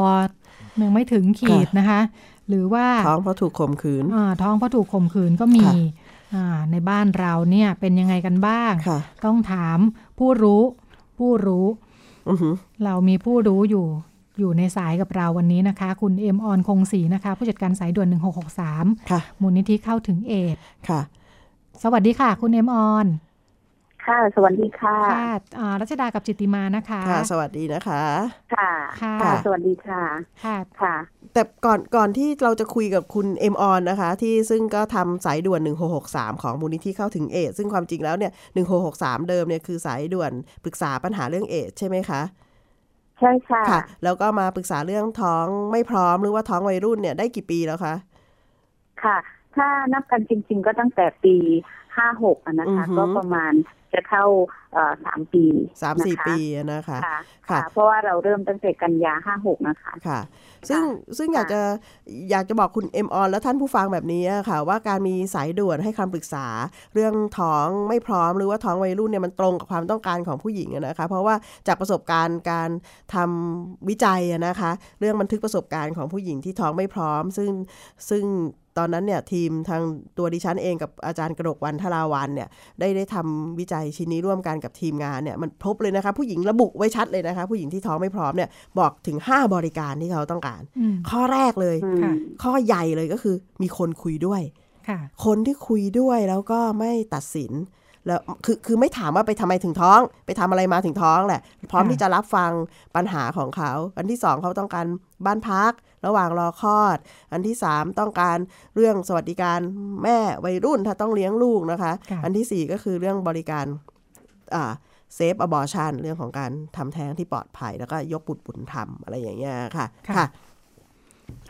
Speaker 2: ยังไม่ถึงขีด
Speaker 3: ค่ะ
Speaker 2: นะคะ หรือว่า
Speaker 3: ท้องเพราะถูกข่มขืน
Speaker 2: อ่าท้องเพราะถูกข่มขืนก็มี
Speaker 3: ค่ะ
Speaker 2: อ่าในบ้านเราเนี่ยเป็นยังไงกันบ้าง
Speaker 3: ค่ะ
Speaker 2: ต้องถามผู้รู้ ผู้รู้
Speaker 3: อือหือ
Speaker 2: เรามีผู้รู้อยู่อยู่ในสายกับเราวันนี้นะคะ คุณเอ็มออนคงศรีนะคะ ผู้จัดการสายด่วน 1663
Speaker 3: ค่ะ
Speaker 2: มูลนิธิเข้าถึงเอดส์
Speaker 3: ค่ะ
Speaker 2: สวัสดีค่ะ คุณเอ็มออน
Speaker 8: ค่ะ สวัสดีค่ะ
Speaker 2: ค่ะอ่ารัชดากับจิตติมานะคะ
Speaker 3: ค่ะ สวัสดีนะคะ
Speaker 8: ค่ะ
Speaker 2: ค่ะ
Speaker 3: ค่ะ
Speaker 8: สวัสดีค่ะ
Speaker 2: ค่ะ
Speaker 8: ค่ะ
Speaker 3: แต่ก่อนก่อนที่เราจะคุยกับคุณเอ็มออนนะคะ ที่ซึ่งก็ทำสายด่วน 1663 ของมูลนิธิเข้าถึงเอดส์ซึ่งความจริงแล้วเนี่ย 1663 เดิมเนี่ยคือสายด่วนปรึกษาปัญหาเรื่องเอดส์ใช่ไหมคะ
Speaker 8: ใช่ค่ะ
Speaker 3: ค่ะ แล้วก็มาปรึกษาเรื่องท้องไม่พร้อมหรือว่าท้องวัยรุ่นเนี่ยได้กี่ปีแล้วคะ
Speaker 8: ค่ะ ถ้านับกันจริง ๆ ก็ตั้งแต่ปีห้าหกนะคะ
Speaker 3: อือหือ
Speaker 8: ก็ประมาณจะเข้าเอ่อสามปี
Speaker 3: สามสี่
Speaker 8: นะคะ
Speaker 3: ปีอะนะคะ
Speaker 8: ค่ะ
Speaker 3: ค่ะ
Speaker 8: ค่ะ เพราะว่าเราเริ่มตั้งแต่กันยาห้าหกนะคะ
Speaker 3: ค่ะ ซึ่งซึ่งอยากจะอยากจะบอกคุณเอ็มออนและท่านผู้ฟังแบบนี้อะค่ะ ว่าการมีสายด่วนให้คำปรึกษา เรื่องท้องไม่พร้อมหรือว่าท้องวัยรุ่นเนี่ยมันตรงกับความต้องการของผู้หญิงอะนะคะ เพราะว่าจากประสบการณ์การทำวิจัยอะนะคะ เรื่องบันทึกประสบการณ์ของผู้หญิงที่ท้องไม่พร้อม ซึ่งซึ่งตอนนั้นเนี่ยทีมทางตัวดิฉันเองกับอาจารย์กระดกวันทราวันเนี่ย ได้ได้ทำวิจัยชิ้นนี้ร่วมกันกับทีมงานเนี่ยมันพบเลยนะคะ ผู้หญิงระบุไว้ชัดเลยนะคะ ผู้หญิงที่ท้องไม่พร้อมเนี่ยบอกถึง 5 บริการที่เขาต้องการ
Speaker 2: อืม
Speaker 3: ข้อแรกเลย
Speaker 8: อื
Speaker 2: ค่ะ
Speaker 8: ม
Speaker 3: ข้อใหญ่เลยก็คือมีคนคุยด้วย
Speaker 2: ค่ะ
Speaker 3: คนที่คุยด้วยแล้วก็ไม่ตัดสินแล้วคือคือไม่ถามว่าไปทำไมถึงท้อง ไปทำอะไรมาถึงท้องแหละ พร้อม
Speaker 2: ค่ะ
Speaker 3: ที่จะรับฟังปัญหาของเขา อันที่สองเขาต้องการบ้านพัก ระหว่างรอคลอด อันที่สามต้องการเรื่องสวัสดิการแม่วัยรุ่นถ้าต้องเลี้ยงลูกนะคะ
Speaker 2: ค่ะ
Speaker 3: อันที่สี่ก็คือเรื่องบริการอ่าเซฟอบอชันเรื่องของการทำแท้งที่ปลอดภัย แล้วก็ยกบุตรบุญธรรมอะไรอย่างเงี้ยค่ะ
Speaker 2: ค่ะ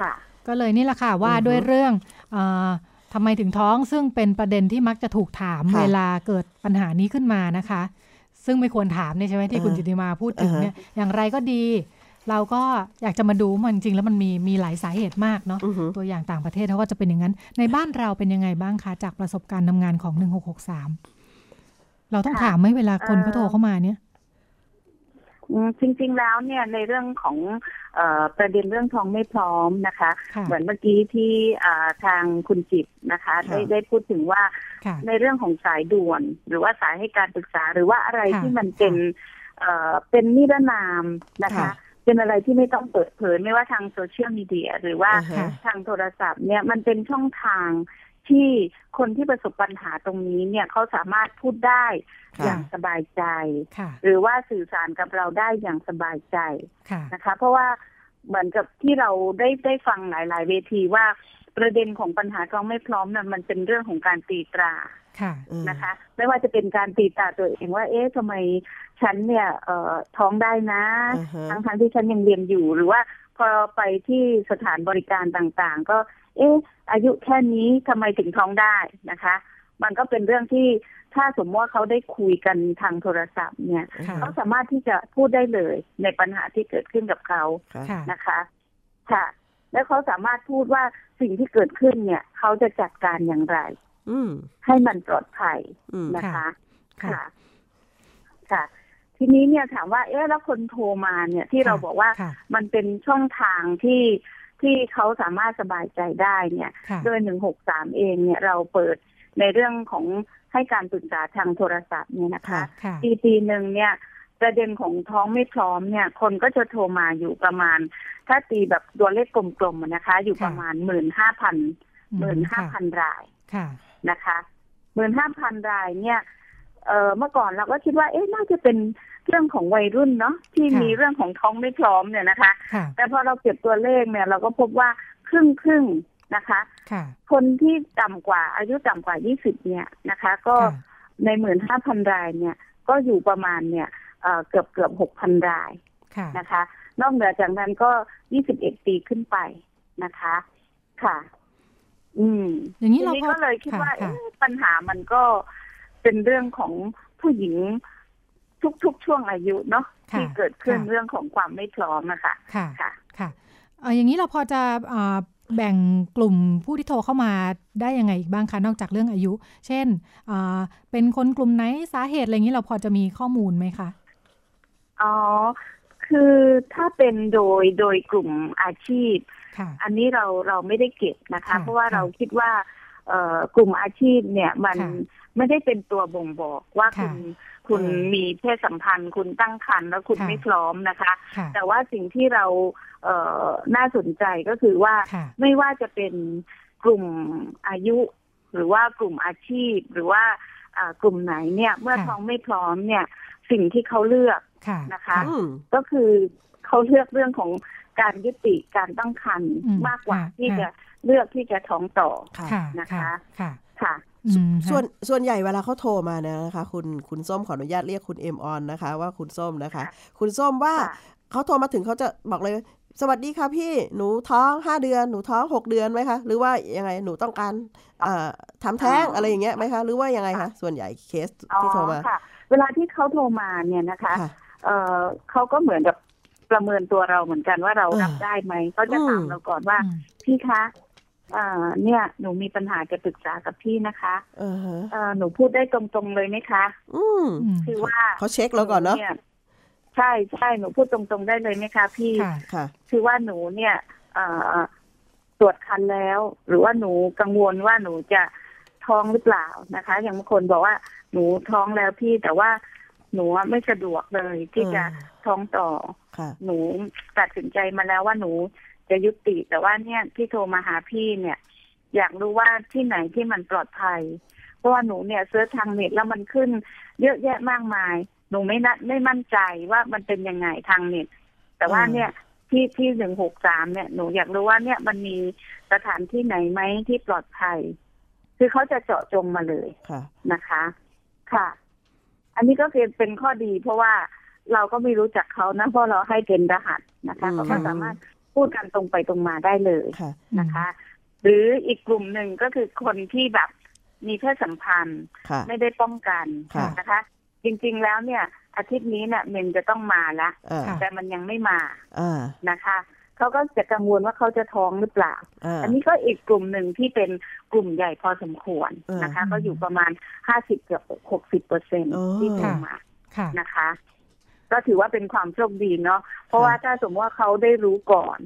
Speaker 8: ค่ะ
Speaker 2: ก็เลยนี่แหละค่ะว่าด้วยเรื่องเออทำไมถึงท้องซึ่งเป็นประเด็นที่มักจะถูกถาม
Speaker 3: ค่ะ
Speaker 2: เวลาเกิดปัญหานี้ขึ้นมานะคะ ซึ่งไม่ควรถามเนี่ยใช่ไหมที่คุณ
Speaker 3: เออ
Speaker 2: จิติมาพูดถึงเนี่ยอย่างไรก็ดี เราก็อยากจะมาดูมันจริงๆแล้วมันมีมีหลายสาเหตุมากเนาะ
Speaker 3: อือฮึ
Speaker 2: ตัวอย่างต่างประเทศเขาก็จะเป็นอย่างนั้น ในบ้านเราเป็นยังไงบ้างคะจากประสบการณ์ทำงานของ 1663 เราต้องถามไหมเวลาคนเขาโทรเข้ามาเนี่ย
Speaker 8: อืมจริงๆแล้วเนี่ยในเรื่องของเออประเด็นเรื่องท้องไม่พร้อมนะคะ
Speaker 2: ค่ะ
Speaker 8: เหมือนเมื่อกี้ที่อ่าทางคุณจิตนะคะ
Speaker 3: ค่ะ
Speaker 8: ได้ได้พูดถึงว่า
Speaker 2: ค่ะ
Speaker 8: ในเรื่องของสายด่วน หรือว่าสายให้การปรึกษาหรือว่าอะไร
Speaker 2: ค่ะ
Speaker 8: ที่มันเป็นเอ่อเป็นนิรนามนะคะ
Speaker 3: ค่ะ
Speaker 8: เป็นอะไรที่ไม่ต้องเปิดเผยไม่ว่าทางโซเชียลมีเดียหรือว่า
Speaker 3: อ่าฮะ
Speaker 8: ทางโทรศัพท์เนี่ยมันเป็นช่องทางที่คนที่ประสบปัญหาตรงนี้เนี่ยเขาสามารถพูดได้อ
Speaker 2: ค่ะ
Speaker 8: ย่างสบายใจ
Speaker 2: ค่ะ
Speaker 8: หรือว่าสื่อสารกับเราได้อย่างสบายใจ
Speaker 2: ค่ะ
Speaker 8: นะคะเพราะว่าเหมือนกับที่เราได้ได้ฟังหลาย ๆ เวทีว่าประเด็นของปัญหาท้องไม่พร้อมน่ะมันเป็นเรื่องของการตีตรา
Speaker 2: ค่ะ
Speaker 3: อืม
Speaker 8: นะคะ ไม่ว่าจะเป็นการตีตราตัวเองว่า เอ๊ะทำไมฉันเนี่ยเอ่อท้องได้นะ
Speaker 3: อ่าฮะ
Speaker 8: ทั้งทั้งๆที่ฉันยังเรียนอยู่หรือว่าพอไปที่สถานบริการต่าง ๆ ก็ เอ๊ะอายุแค่นี้ทำไมถึงท้องได้นะคะ มันก็เป็นเรื่องที่ถ้าสมมติว่าเขาได้คุยกันทางโทรศัพท์เนี่ย
Speaker 2: ค่ะ
Speaker 8: เขาสามารถที่จะพูดได้เลยในปัญหาที่เกิดขึ้นกับเขา
Speaker 3: ค่ะ
Speaker 2: ค่ะ
Speaker 8: นะคะ ค่ะ แล้วเขาสามารถพูดว่าสิ่งที่เกิดขึ้นเนี่ย เขาจะจัดการอย่างไร
Speaker 3: อืม
Speaker 8: ให้มันปลอดภัย
Speaker 3: อืม
Speaker 8: นะคะ
Speaker 2: ค่ะ
Speaker 8: ค่ะ ค่ะ ทีนี้เนี่ยถามว่า เอ๊ะแล้วคนโทรมาเนี่ยที่เราบอกว่า
Speaker 2: ค่ะ
Speaker 8: มันเป็นช่องทางที่ที่เขาสามารถสบายใจได้เนี่ย
Speaker 2: ค่ะ
Speaker 8: โดย 163 เองเนี่ยเราเปิดในเรื่องของให้การปรึกษาทางโทรศัพท์เนี่ยนะคะ
Speaker 2: ค่ะ
Speaker 8: ปีปีหนึ่งเนี่ย ประเด็นของท้องไม่พร้อมเนี่ย คนก็จะโทรมาอยู่ประมาณ ถ้าตีแบบตัวเลขกลมๆอะนะคะ อยู่
Speaker 2: ค่ะ
Speaker 8: ประมาณหมื่นห้าพันหมื่นห้าพันราย
Speaker 2: ค่ะ
Speaker 8: นะคะหมื่นห้าพันรายเนี่ยเอ่อเมื่อก่อนเราก็คิดว่าเอ๊ะน่าจะเป็นเรื่องของวัยรุ่นเนาะที่
Speaker 2: ค่ะ
Speaker 8: มีเรื่องของท้องไม่พร้อมเนี่ยนะคะ
Speaker 2: ค่ะ
Speaker 8: แต่พอเราเก็บตัวเลขเนี่ย เราก็พบว่าครึ่งครึ่งๆนะคะ
Speaker 2: ค่ะ
Speaker 8: คนที่ต่ำกว่าอายุต่ำกว่า 20 เนี่ยนะคะ ก็
Speaker 2: ค่ะ
Speaker 8: ใน 15,000 รายเนี่ย ก็อยู่ประมาณเนี่ยเอ่อเกือบเกือบ6,000 ราย
Speaker 2: ค่ะ
Speaker 8: นะคะ นอกเหนือจากนั้นก็ 21 ปีขึ้นไปนะคะ ค่ะ อืม
Speaker 2: อย่างนี้
Speaker 8: ที
Speaker 2: เรา
Speaker 8: นี้
Speaker 2: พอ
Speaker 8: ก็เลยคิดว่า
Speaker 2: ค่ะ
Speaker 8: เอ๊ะปัญหามันก็เป็นเรื่องของผู้หญิงทุกๆ ช่วงอายุเนาะ
Speaker 2: ค่ะ
Speaker 8: ที่เกิดขึ้น
Speaker 2: ค่ะ
Speaker 8: เรื่องของความไม่พร้อมนะคะ
Speaker 2: ค่ะ
Speaker 8: ค่ะ
Speaker 2: ค่ะเอ่ออย่างนี้เราพอจะเอ่อแบ่งกลุ่มผู้ที่โทรเข้ามาได้ยังไงอีกบ้างคะ นอกจากเรื่องอายุ เช่นเอ่อเป็นคนกลุ่มไหนสาเหตุอะไรอย่างนี้เราพอจะมีข้อมูลไหมคะ
Speaker 8: อ๋อ คือถ้าเป็นโดยโดยกลุ่มอาชีพ
Speaker 2: ค่ะ
Speaker 8: อันนี้เราเราไม่ได้เก็บนะคะ
Speaker 2: ค่ะ
Speaker 8: เพราะว่า
Speaker 2: ค่ะ
Speaker 8: เราคิดว่าเอ่อกลุ่มอาชีพเนี่ย มัน
Speaker 2: ค่ะ
Speaker 8: ไม่ได้เป็นตัวบ่งบอกว่า
Speaker 2: ค่ะ
Speaker 8: คุณคุณ
Speaker 3: เออ
Speaker 8: มีเพศสัมพันธ์ คุณตั้งครรภ์แล้วคุณ
Speaker 2: ค่ะ
Speaker 8: ไม่พร้อมนะคะ
Speaker 2: ค่ะ
Speaker 8: แต่ว่าสิ่งที่เราเอ่อน่าสนใจก็คือว่า
Speaker 2: ค่ะ
Speaker 8: ไม่ว่าจะเป็นกลุ่มอายุ หรือว่ากลุ่มอาชีพ หรือว่าอ่ากลุ่มไหนเนี่ย เมื่อ
Speaker 2: ค่ะ
Speaker 8: ท้องไม่พร้อมเนี่ย สิ่งที่เขาเลือก
Speaker 2: ค่ะ
Speaker 8: นะคะ
Speaker 3: อืม
Speaker 8: ก็คือเขาเลือกเรื่องของการยุติการตั้งครรภ์
Speaker 2: อืม
Speaker 8: มากกว่า
Speaker 2: ค่ะ
Speaker 8: ที่
Speaker 2: ค่ะ
Speaker 8: จะเลือกที่จะท้องต่อ
Speaker 2: ค่ะ
Speaker 8: นะ
Speaker 2: ค่ะ
Speaker 8: คะ
Speaker 2: ค่ะ
Speaker 8: ค่ะ
Speaker 2: อืม
Speaker 3: ส่วน
Speaker 2: ค่ะ
Speaker 3: ส่วนใหญ่เวลาเขาโทรมาเนยนะคะคุณคุณส้มขออนุญาตเรียกคุณเอ็มออนนะคะ ว่าคุณส้มนะคะ คุณส้มว่า
Speaker 8: ค่ะ
Speaker 3: เขาโทรมาถึงเขาจะบอกเลย สวัสดีค่ะพี่หนูท้องห้าเดือนหนูท้องหกเดือนไหมคะหรือว่ายังไงหนูต้องการเอ่อทำแท้งอะไรอย่างเงี้ยไหมคะหรือว่ายังไงคะส่วนใหญ่เคส
Speaker 8: อ๋อ
Speaker 3: ที่โทรมา
Speaker 8: ค่ะ เวลาที่เขาโทรมาเนี่ยนะคะ
Speaker 3: ค่ะ
Speaker 8: เออเขาก็เหมือนกับประเมินตัวเราเหมือนกันว่าเรา
Speaker 3: เออ
Speaker 8: รับได้ไหมเขาจะ
Speaker 3: อืม
Speaker 8: ถามเราก่อนว่า
Speaker 2: อืม
Speaker 8: พี่คะเอ่อเนี่ย หนูมีปัญหาจะปรึกษากับพี่นะคะ
Speaker 3: เออฮะ
Speaker 8: เอ่อหนูพูดได้ตรงๆเลยไหมคะ
Speaker 3: อืม
Speaker 8: คือว่า
Speaker 3: เขาเช็คเราก่อนเนาะ
Speaker 8: ยใช่ใช่หนูพูดตรงๆได้เลยไหมคะพี่
Speaker 2: ค่ะ
Speaker 3: ค่ะ
Speaker 8: คือว่าหนูเนี่ยเอ่อตรวจคันแล้ว หรือว่าหนูกังวลว่าหนูจะท้องหรือเปล่านะคะ อย่างบางคนบอกว่าหนูท้องแล้วพี่ แต่ว่าหนูอะไม่สะดวกเลยที่จะ
Speaker 3: เออ
Speaker 8: ท้องต่อ
Speaker 3: ค่ะ
Speaker 8: หนูตัดสินใจมาแล้วว่าหนูจะยุติ แต่ว่าเนี่ยที่โทรมาหาพี่เนี่ย อยากรู้ว่าที่ไหนที่มันปลอดภัย เพราะว่าหนูเนี่ยเสิร์ชทางเน็ตแล้วมันขึ้น เยอะแยะมากมาย หนูไม่นัไม่มั่นใจว่ามันเป็นยังไงทางเน็ต แต่ว่า
Speaker 3: อืม
Speaker 8: เนี่ยที่ที่หนึ่งหกสามเนี่ยหนูอยากรู้ว่าเนี่ยมันมีสถานที่ไหนไหมที่ปลอดภัย คือเขาจะเจาะจงมาเลย
Speaker 3: ค่ะ
Speaker 8: นะคะ ค่ะ อันนี้ก็เป็นเป็นข้อดี เพราะว่าเราก็ไม่รู้จักเขานะ เพราะเราให้เป็นรหัสนะคะ
Speaker 3: อืม
Speaker 8: เขาก็สามารถพูดกันตรงไปตรงมาได้เลย
Speaker 3: ค่ะ
Speaker 8: นะคะ หรืออีกกลุ่มหนึ่งก็คือคนที่แบบมีเพศสัมพันธ์
Speaker 3: ค่ะ
Speaker 8: ไม่ได้ป้องกัน
Speaker 3: ค่ะ
Speaker 8: นะคะ จริงๆแล้วเนี่ย อาทิตย์นี้เนี่ยเมนจะต้องมาละ
Speaker 3: อ่า
Speaker 2: ค่ะ
Speaker 8: แต่มันยังไม่มา
Speaker 3: อ่า
Speaker 8: นะคะเขาก็จะกังวลว่าเขาจะท้องหรือเปล่า
Speaker 3: อ่า
Speaker 8: อันนี้ก็อีกกลุ่มหนึ่งที่เป็นกลุ่มใหญ่พอสมควรนะคะ
Speaker 2: เออ
Speaker 8: ก็อยู่ประมาณห้าสิบเกือบหกสิบเปอร์เซ็น
Speaker 3: โอ้
Speaker 8: ที่โทรมา
Speaker 2: ค่ะ
Speaker 8: นะคะ ก็ถือว่าเป็นความโชคดีเนาะเพราะว่าถ้าสมมติว่าเขาได้รู้ก่อน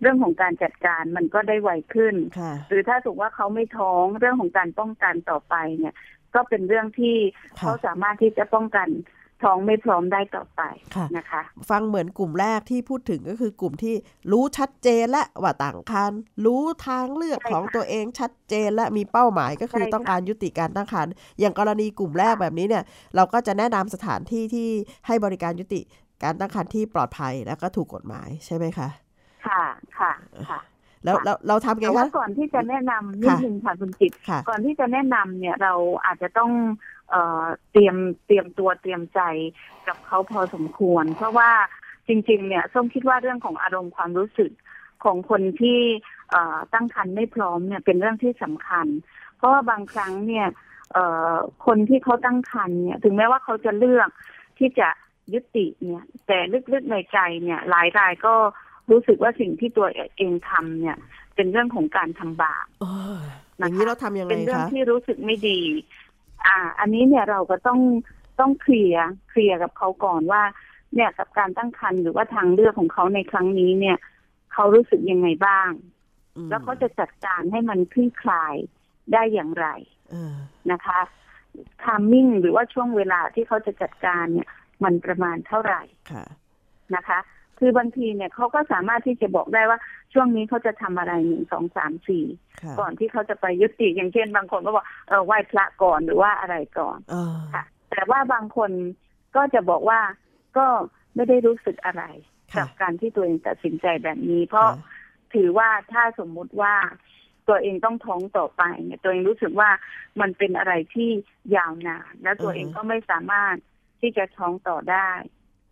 Speaker 8: เรื่องของการจัดการมันก็ได้ไวขึ้น
Speaker 3: ค่ะ
Speaker 8: หรือถ้าสมมติว่าเขาไม่ท้องเรื่องของการป้องกันต่อไปเนี่ย ก็เป็นเรื่องที่
Speaker 3: ค่ะ
Speaker 8: เขาสามารถที่จะป้องกันท้องไม่พร้อมได้ต่อไป
Speaker 3: ค่ะ
Speaker 8: นะคะ
Speaker 3: ฟังเหมือนกลุ่มแรกที่พูดถึงก็คือกลุ่มที่รู้ชัดเจนและว่าต่างคันรู้ทางเลือก
Speaker 8: ใช่ค่ะ
Speaker 3: ของตัวเองชัดเจนและมีเป้าหมายก็คือ
Speaker 8: ใช่ค่ะ
Speaker 3: ต้องการยุติการตั้งครรภ์อย่างกรณีกลุ่มแรกแบบนี้เนี่ยเราก็จะแนะนำสถานที่ที่ให้บริการยุติการตั้งครรภ์ที่ปลอดภัยและก็ถูกกฎหมายใช่ไหมคะ
Speaker 8: ค่ะค่ะค่ะ
Speaker 3: แล้ว
Speaker 8: ค่ะ
Speaker 3: แล้วเราทำไง
Speaker 8: แต่ว่า
Speaker 3: คะ
Speaker 8: ก่อนที่จะแนะนำนิด
Speaker 3: ค่ะ
Speaker 8: นึงค่ะคุณจิต
Speaker 3: ค่ะ
Speaker 8: ก่อนที่จะแนะนำเนี่ยเราอาจจะต้องเออเตรียมเตรียมตัวเตรียมใจกับเขาพอสมควร เพราะว่าจริง ๆ เนี่ยส้มคิดว่าเรื่องของอารมณ์ความรู้สึกของคนที่เอ่อตั้งครรภ์ไม่พร้อมเนี่ยเป็นเรื่องที่สำคัญ เพราะว่าบางครั้งเนี่ยเอ่อคนที่เขาตั้งครรภ์เนี่ยถึงแม้ว่าเขาจะเลือกที่จะยุติเนี่ย แต่ลึกๆในใจเนี่ยหลายรายก็รู้สึกว่าสิ่งที่ตัวเองทำเนี่ย เป็นเรื่องของการทำบาป
Speaker 3: โอ้ยอย่างนี้เราทำยังไง
Speaker 8: เป็นเรื่อง
Speaker 3: คะ
Speaker 8: ที่รู้สึกไม่ดี อ่า อันนี้เนี่ยเราก็ต้องต้องเคลียร์เคลียร์กับเขาก่อนว่า เนี่ยกับการตั้งครรภ์หรือว่าทางเลือกของเขาในครั้งนี้เนี่ยเขารู้สึกยังไงบ้าง
Speaker 3: อืม
Speaker 8: แล้วเขาจะจัดการให้มันคลี่คลายได้อย่างไร
Speaker 3: เออ
Speaker 8: นะคะทามมิ่งหรือว่าช่วงเวลาที่เขาจะจัดการเนี่ย มันประมาณเท่าไหร่
Speaker 3: ค่ะ
Speaker 8: นะคะ คือบางทีเนี่ยเขาก็สามารถที่จะบอกได้ว่าช่วงนี้เขาจะทำอะไรหนึ่งสองสามสี่
Speaker 3: ค่ะ
Speaker 8: ก่อนที่เขาจะไปยุติอย่างเช่น บางคนก็บอกเออไหว้พระก่อนหรือว่าอะไรก่อน
Speaker 3: เออ
Speaker 8: ค่ะ แต่ว่าบางคนก็จะบอกว่าก็ไม่ได้รู้สึกอะไร
Speaker 3: ค่ะ
Speaker 8: กับการที่ตัวเองตัดสินใจแบบนี้ เพ
Speaker 3: ค่ะ
Speaker 8: ราะถือว่าถ้าสมมุติว่าตัวเองต้องท้องต่อไปเนี่ยตัวเองรู้สึกว่ามันเป็นอะไรที่ยาวนานและตัวเองก็ไม่สามารถที่จะท้องต่อได้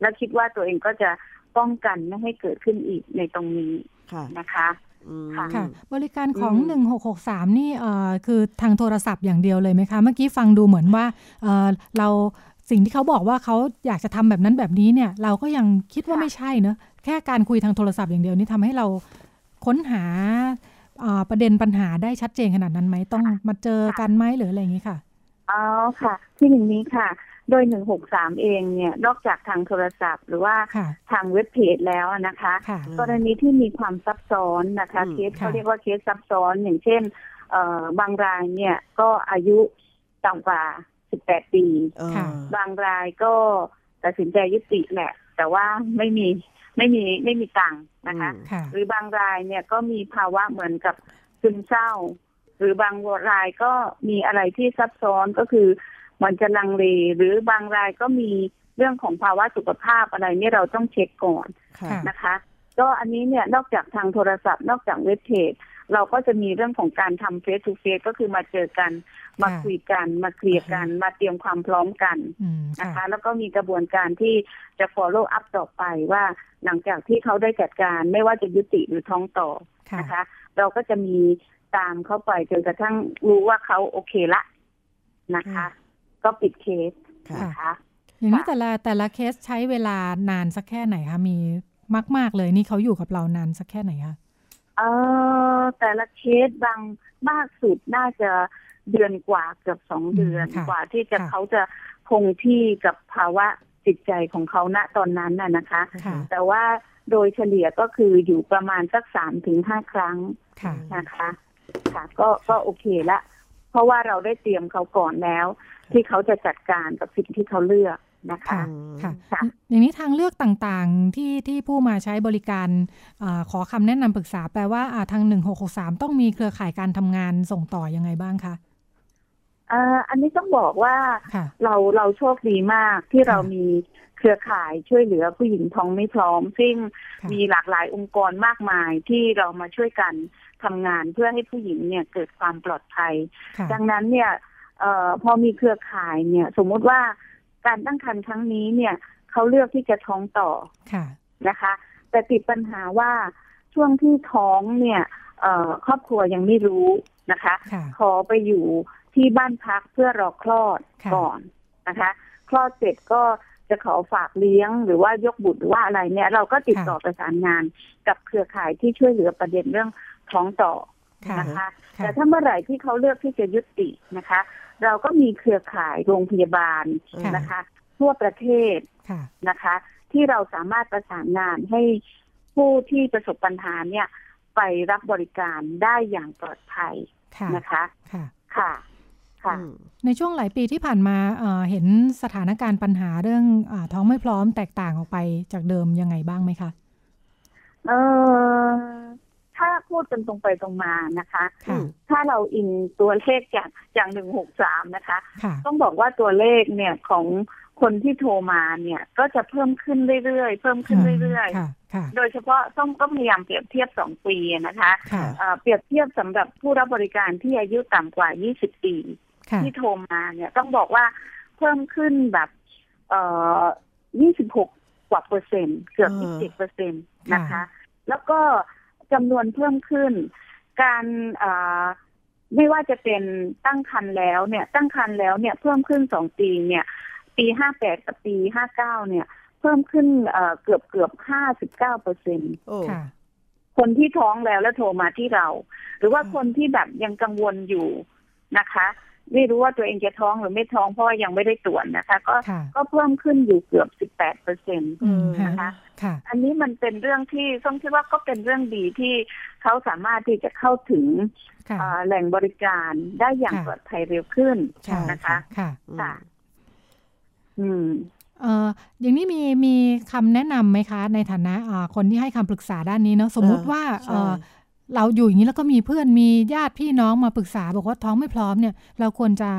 Speaker 8: และคิดว่าตัวเองก็จะป้องกันไม่ให้เกิดขึ้นอีกในตรงนี้
Speaker 3: ค่ะ
Speaker 8: นะคะ
Speaker 3: อืม
Speaker 8: ค่ะ
Speaker 2: ค่ะ บริการของ
Speaker 8: อืม
Speaker 2: 1663 นี่เอ่อคือทางโทรศัพท์อย่างเดียวเลยไหมคะ เมื่อกี้ฟังดูเหมือนว่าเอ่อเราสิ่งที่เขาบอกว่าเขาอยากจะทำแบบนั้นแบบนี้เนี่ย เราก็ยังคิดว่าไม่ใช่เนอะแค่การคุยทางโทรศัพท์อย่างเดียวนี่ทำให้เราค้นหาเอ่อประเด็นปัญหาได้ชัดเจนขนาดนั้นไหมต้องมาเจอกันไหมหรืออะไรอย่างนี้ค่ะ
Speaker 8: อ๋อค่ะ ที่อย่างนี้ค่ะ โดย 163 เองเนี่ย นอกจากทางโทรศัพท์ หรือว่า
Speaker 2: ค่ะ
Speaker 8: ทางเว็บเพจแล้วนะคะ
Speaker 2: ค่ะ
Speaker 8: กรณีที่มีความซับซ้อนนะคะ
Speaker 3: อืม
Speaker 8: เคส
Speaker 2: ค่ะ
Speaker 8: เขาเรียกว่าเคสซับซ้อน อย่างเช่นเอ่อบางรายเนี่ยก็อายุต่ำกว่า 18 ปี
Speaker 3: เออ
Speaker 2: ค่ะ
Speaker 8: บางรายก็ตัดสินใจยุติแหละ แต่ว่าไม่มีไม่มีไม่มีตังค์นะคะ
Speaker 3: อืม
Speaker 2: ค่ะ
Speaker 8: หรือบางรายเนี่ยก็มีภาวะเหมือนกับซึมเศร้า หรือบางรายก็มีอะไรที่ซับซ้อนก็คือเหมันจะลังเลหรือบางรายก็มีเรื่องของภาวะสุขภาพอะไรเนี่ยเราต้องเช็คก่อน
Speaker 3: ค่ะ
Speaker 2: ค่ะ
Speaker 8: นะคะ ก็อันนี้เนี่ยนอกจากทางโทรศัพท์ นอกจากเว็บเพจ เราก็จะมีเรื่องของการทำเฟสทูเฟสก็คือมาเจอกัน มาคุยกัน มาเคลียร์กัน มาเตรียมความพร้อมกัน
Speaker 2: อืม
Speaker 8: นะ
Speaker 2: ค่ะ
Speaker 8: คะแล้วก็มีกระบวนการที่จะ follow up ต่อไปว่าหลังจากที่เขาได้จัดการไม่ว่าจะยุติหรือท้องต่อ
Speaker 2: ค่ะ
Speaker 8: นะคะ เราก็จะมีตามเข้าไปจนกระทั่งรู้ว่าเขาโอเคละนะคะ ก็ปิดเคส
Speaker 3: ค่ะ
Speaker 8: นะคะ
Speaker 2: อย่างนี้แต่ละแต่ละเคสใช้เวลานานสักแค่ไหนคะมีมาก ๆเลยนี่เขาอยู่กับเรานานสักแค่ไหนคะ
Speaker 8: เออแต่ละเคสบางมากสุดน่าจะเดือนกว่าเกือบสองเดือนกว่าที่จะเขาจะคงที่กับภาวะจิตใจของเขาณตอนนั้นน่ะนะคะ
Speaker 2: ค่ะ
Speaker 8: แต่ว่าโดยเฉลี่ยก็คืออยู่ประมาณสักสามถึงห้าครั้ง
Speaker 2: ค่ะ
Speaker 8: นะคะ ค่ะ ก็ก็โอเคละ เพราะว่าเราได้เตรียมเขาก่อนแล้ว ที่เขาจะจัดการกับสิ่งที่เขาเลือกนะคะ
Speaker 2: ค่ะค่ะ
Speaker 8: ค่ะ
Speaker 2: อย่างนี้ทางเลือกต่างๆที่ที่ผู้มาใช้บริการอาขอคำแนะนำปรึกษาแปลว่าอ่าทาง 1663 ต้องมีเครือข่ายการทำงานส่งต่อยังไงบ้างคะ
Speaker 8: เอ่ออันนี้ต้องบอกว่า
Speaker 2: ค่ะ
Speaker 8: เราเราโชคดีมากที่
Speaker 2: ค่ะ
Speaker 8: เรามีเครือข่ายช่วยเหลือผู้หญิงท้องไม่พร้อม ซึ่ง
Speaker 2: ค่ะ
Speaker 8: มีหลากหลายองค์กรมากมายที่เรามาช่วยกันทำงานเพื่อให้ผู้หญิงเนี่ยเกิดความปลอดภัย
Speaker 2: ค่ะ
Speaker 8: ดังนั้นเนี่ยเออพอมีเครือข่ายเนี่ย สมมุติว่าการตั้งครรภ์ครั้งนี้เนี่ยเขาเลือกที่จะท้องต่อ
Speaker 2: ค่ะ
Speaker 8: นะคะ แต่ติดปัญหาว่าช่วงที่ท้องเนี่ยเอ่อครอบครัวยังไม่รู้นะคะ
Speaker 2: ค่ะ
Speaker 8: ขอไปอยู่ที่บ้านพักเพื่อรอคลอด
Speaker 2: ค่ะ
Speaker 8: ก่อนนะคะ คลอดเสร็จก็จะขอฝากเลี้ยงหรือว่ายกบุตรหรือว่าอะไรเนี่ย เราก็ติดต่อประสานงานกับเครือข่ายที่ช่วยเหลือประเด็นเรื่องท้องต่อ
Speaker 2: ค่ะ
Speaker 8: นะคะ
Speaker 2: ค่ะ
Speaker 8: แต่ถ้าเมื่อไหร่ที่เขาเลือกที่จะยุตินะคะ เราก็มีเครือข่ายโรงพยาบาล
Speaker 2: ค่ะ
Speaker 8: นะคะ ทั่วประเทศ
Speaker 2: ค่ะ
Speaker 8: นะคะที่เราสามารถประสานงานให้ผู้ที่ประสบปัญหาเนี่ยไปรับบริการได้อย่างปลอดภัย
Speaker 2: ค่ะ
Speaker 8: นะคะ
Speaker 2: ค่ะ
Speaker 8: ค่ะ ค่ะ
Speaker 3: อืม
Speaker 2: ในช่วงหลายปีที่ผ่านมาเอ่อเห็นสถานการณ์ปัญหาเรื่องอาท้องไม่พร้อมแตกต่างออกไปจากเดิมยังไงบ้างไหมคะ
Speaker 8: เออถ้าพูดกันตรงไปตรงมานะคะ
Speaker 2: ค่ะ
Speaker 8: ถ้าเราอิงตัวเลขจากจากหนึ่งหกสามนะคะ
Speaker 2: ค่ะ
Speaker 8: ต้องบอกว่าตัวเลขเนี่ยของคนที่โทรมาเนี่ย ก็จะเพิ่มขึ้นเรื่อยๆเพิ่มขึ้นเรื่อย
Speaker 2: ค่ะ ค่ะ
Speaker 8: ๆ โดยเฉพาะต้องก็พยายามเปรียบเทียบสองปีนะคะ
Speaker 2: ค่ะ
Speaker 8: เอ่อเปรียบเทียบสำหรับผู้รับบริการที่อายุต่ำกว่า 20 ปี
Speaker 2: ค่ะ
Speaker 8: ที่โทรมาเนี่ยต้องบอกว่าเพิ่มขึ้นแบบเอ่อ26 กว่าเปอร์เซ็นต์เกือบ
Speaker 3: เออ
Speaker 8: 27เปอร์เซ็นต์นะคะ
Speaker 2: ค่ะ
Speaker 8: แล้วก็จำนวนเพิ่มขึ้น การเอ่อไม่ว่าจะเป็นตั้งครรภ์แล้วเนี่ย ตั้งครรภ์แล้วเนี่ยเพิ่มขึ้นสองปีเนี่ย ปี 58 กับปี 59 เนี่ย เพิ่มขึ้นเอ่อเกือบเกือบ59เปอร์เซ็นต์
Speaker 3: โอ้
Speaker 2: ค่ะ
Speaker 8: คนที่ท้องแล้วแล้วโทรมาที่เรา หรือว่าคนที่แบบยังกังวลอยู่นะคะ ไม่รู้ว่าตัวเองจะท้องหรือไม่ท้องเพราะว่ายังไม่ได้ตรวจนะคะ ก็
Speaker 2: ค่ะ
Speaker 8: ก็เพิ่มขึ้นอยู่เกือบ 18เปอร์เซ็นต์
Speaker 2: อืมฮะ
Speaker 8: นะคะ
Speaker 2: ค่ะ
Speaker 8: อันนี้มันเป็นเรื่องที่ต้องคิดว่าก็เป็นเรื่องดีที่เขาสามารถที่จะเข้าถึง
Speaker 2: ค่ะ
Speaker 8: เอ่อแหล่งบริการได้อย่าง
Speaker 2: ค่ะ
Speaker 8: ปลอดภัยเร็วขึ้น
Speaker 2: ใช่
Speaker 8: นะคะ
Speaker 2: ค่ะค่ะ
Speaker 8: ค่ะ อืม
Speaker 2: เอ่ออย่างนี้มีมีคำแนะนำไหมคะ ในฐานะอ่าคนที่ให้คำปรึกษาด้านนี้เนาะสมมุติ
Speaker 3: เออ
Speaker 2: ว่า
Speaker 3: ใช่
Speaker 2: เอ่อเราอยู่อย่างนี้แล้วก็มีเพื่อนมีญาติพี่น้องมาปรึกษา บอกว่าท้องไม่พร้อมเนี่ย เราควรจะ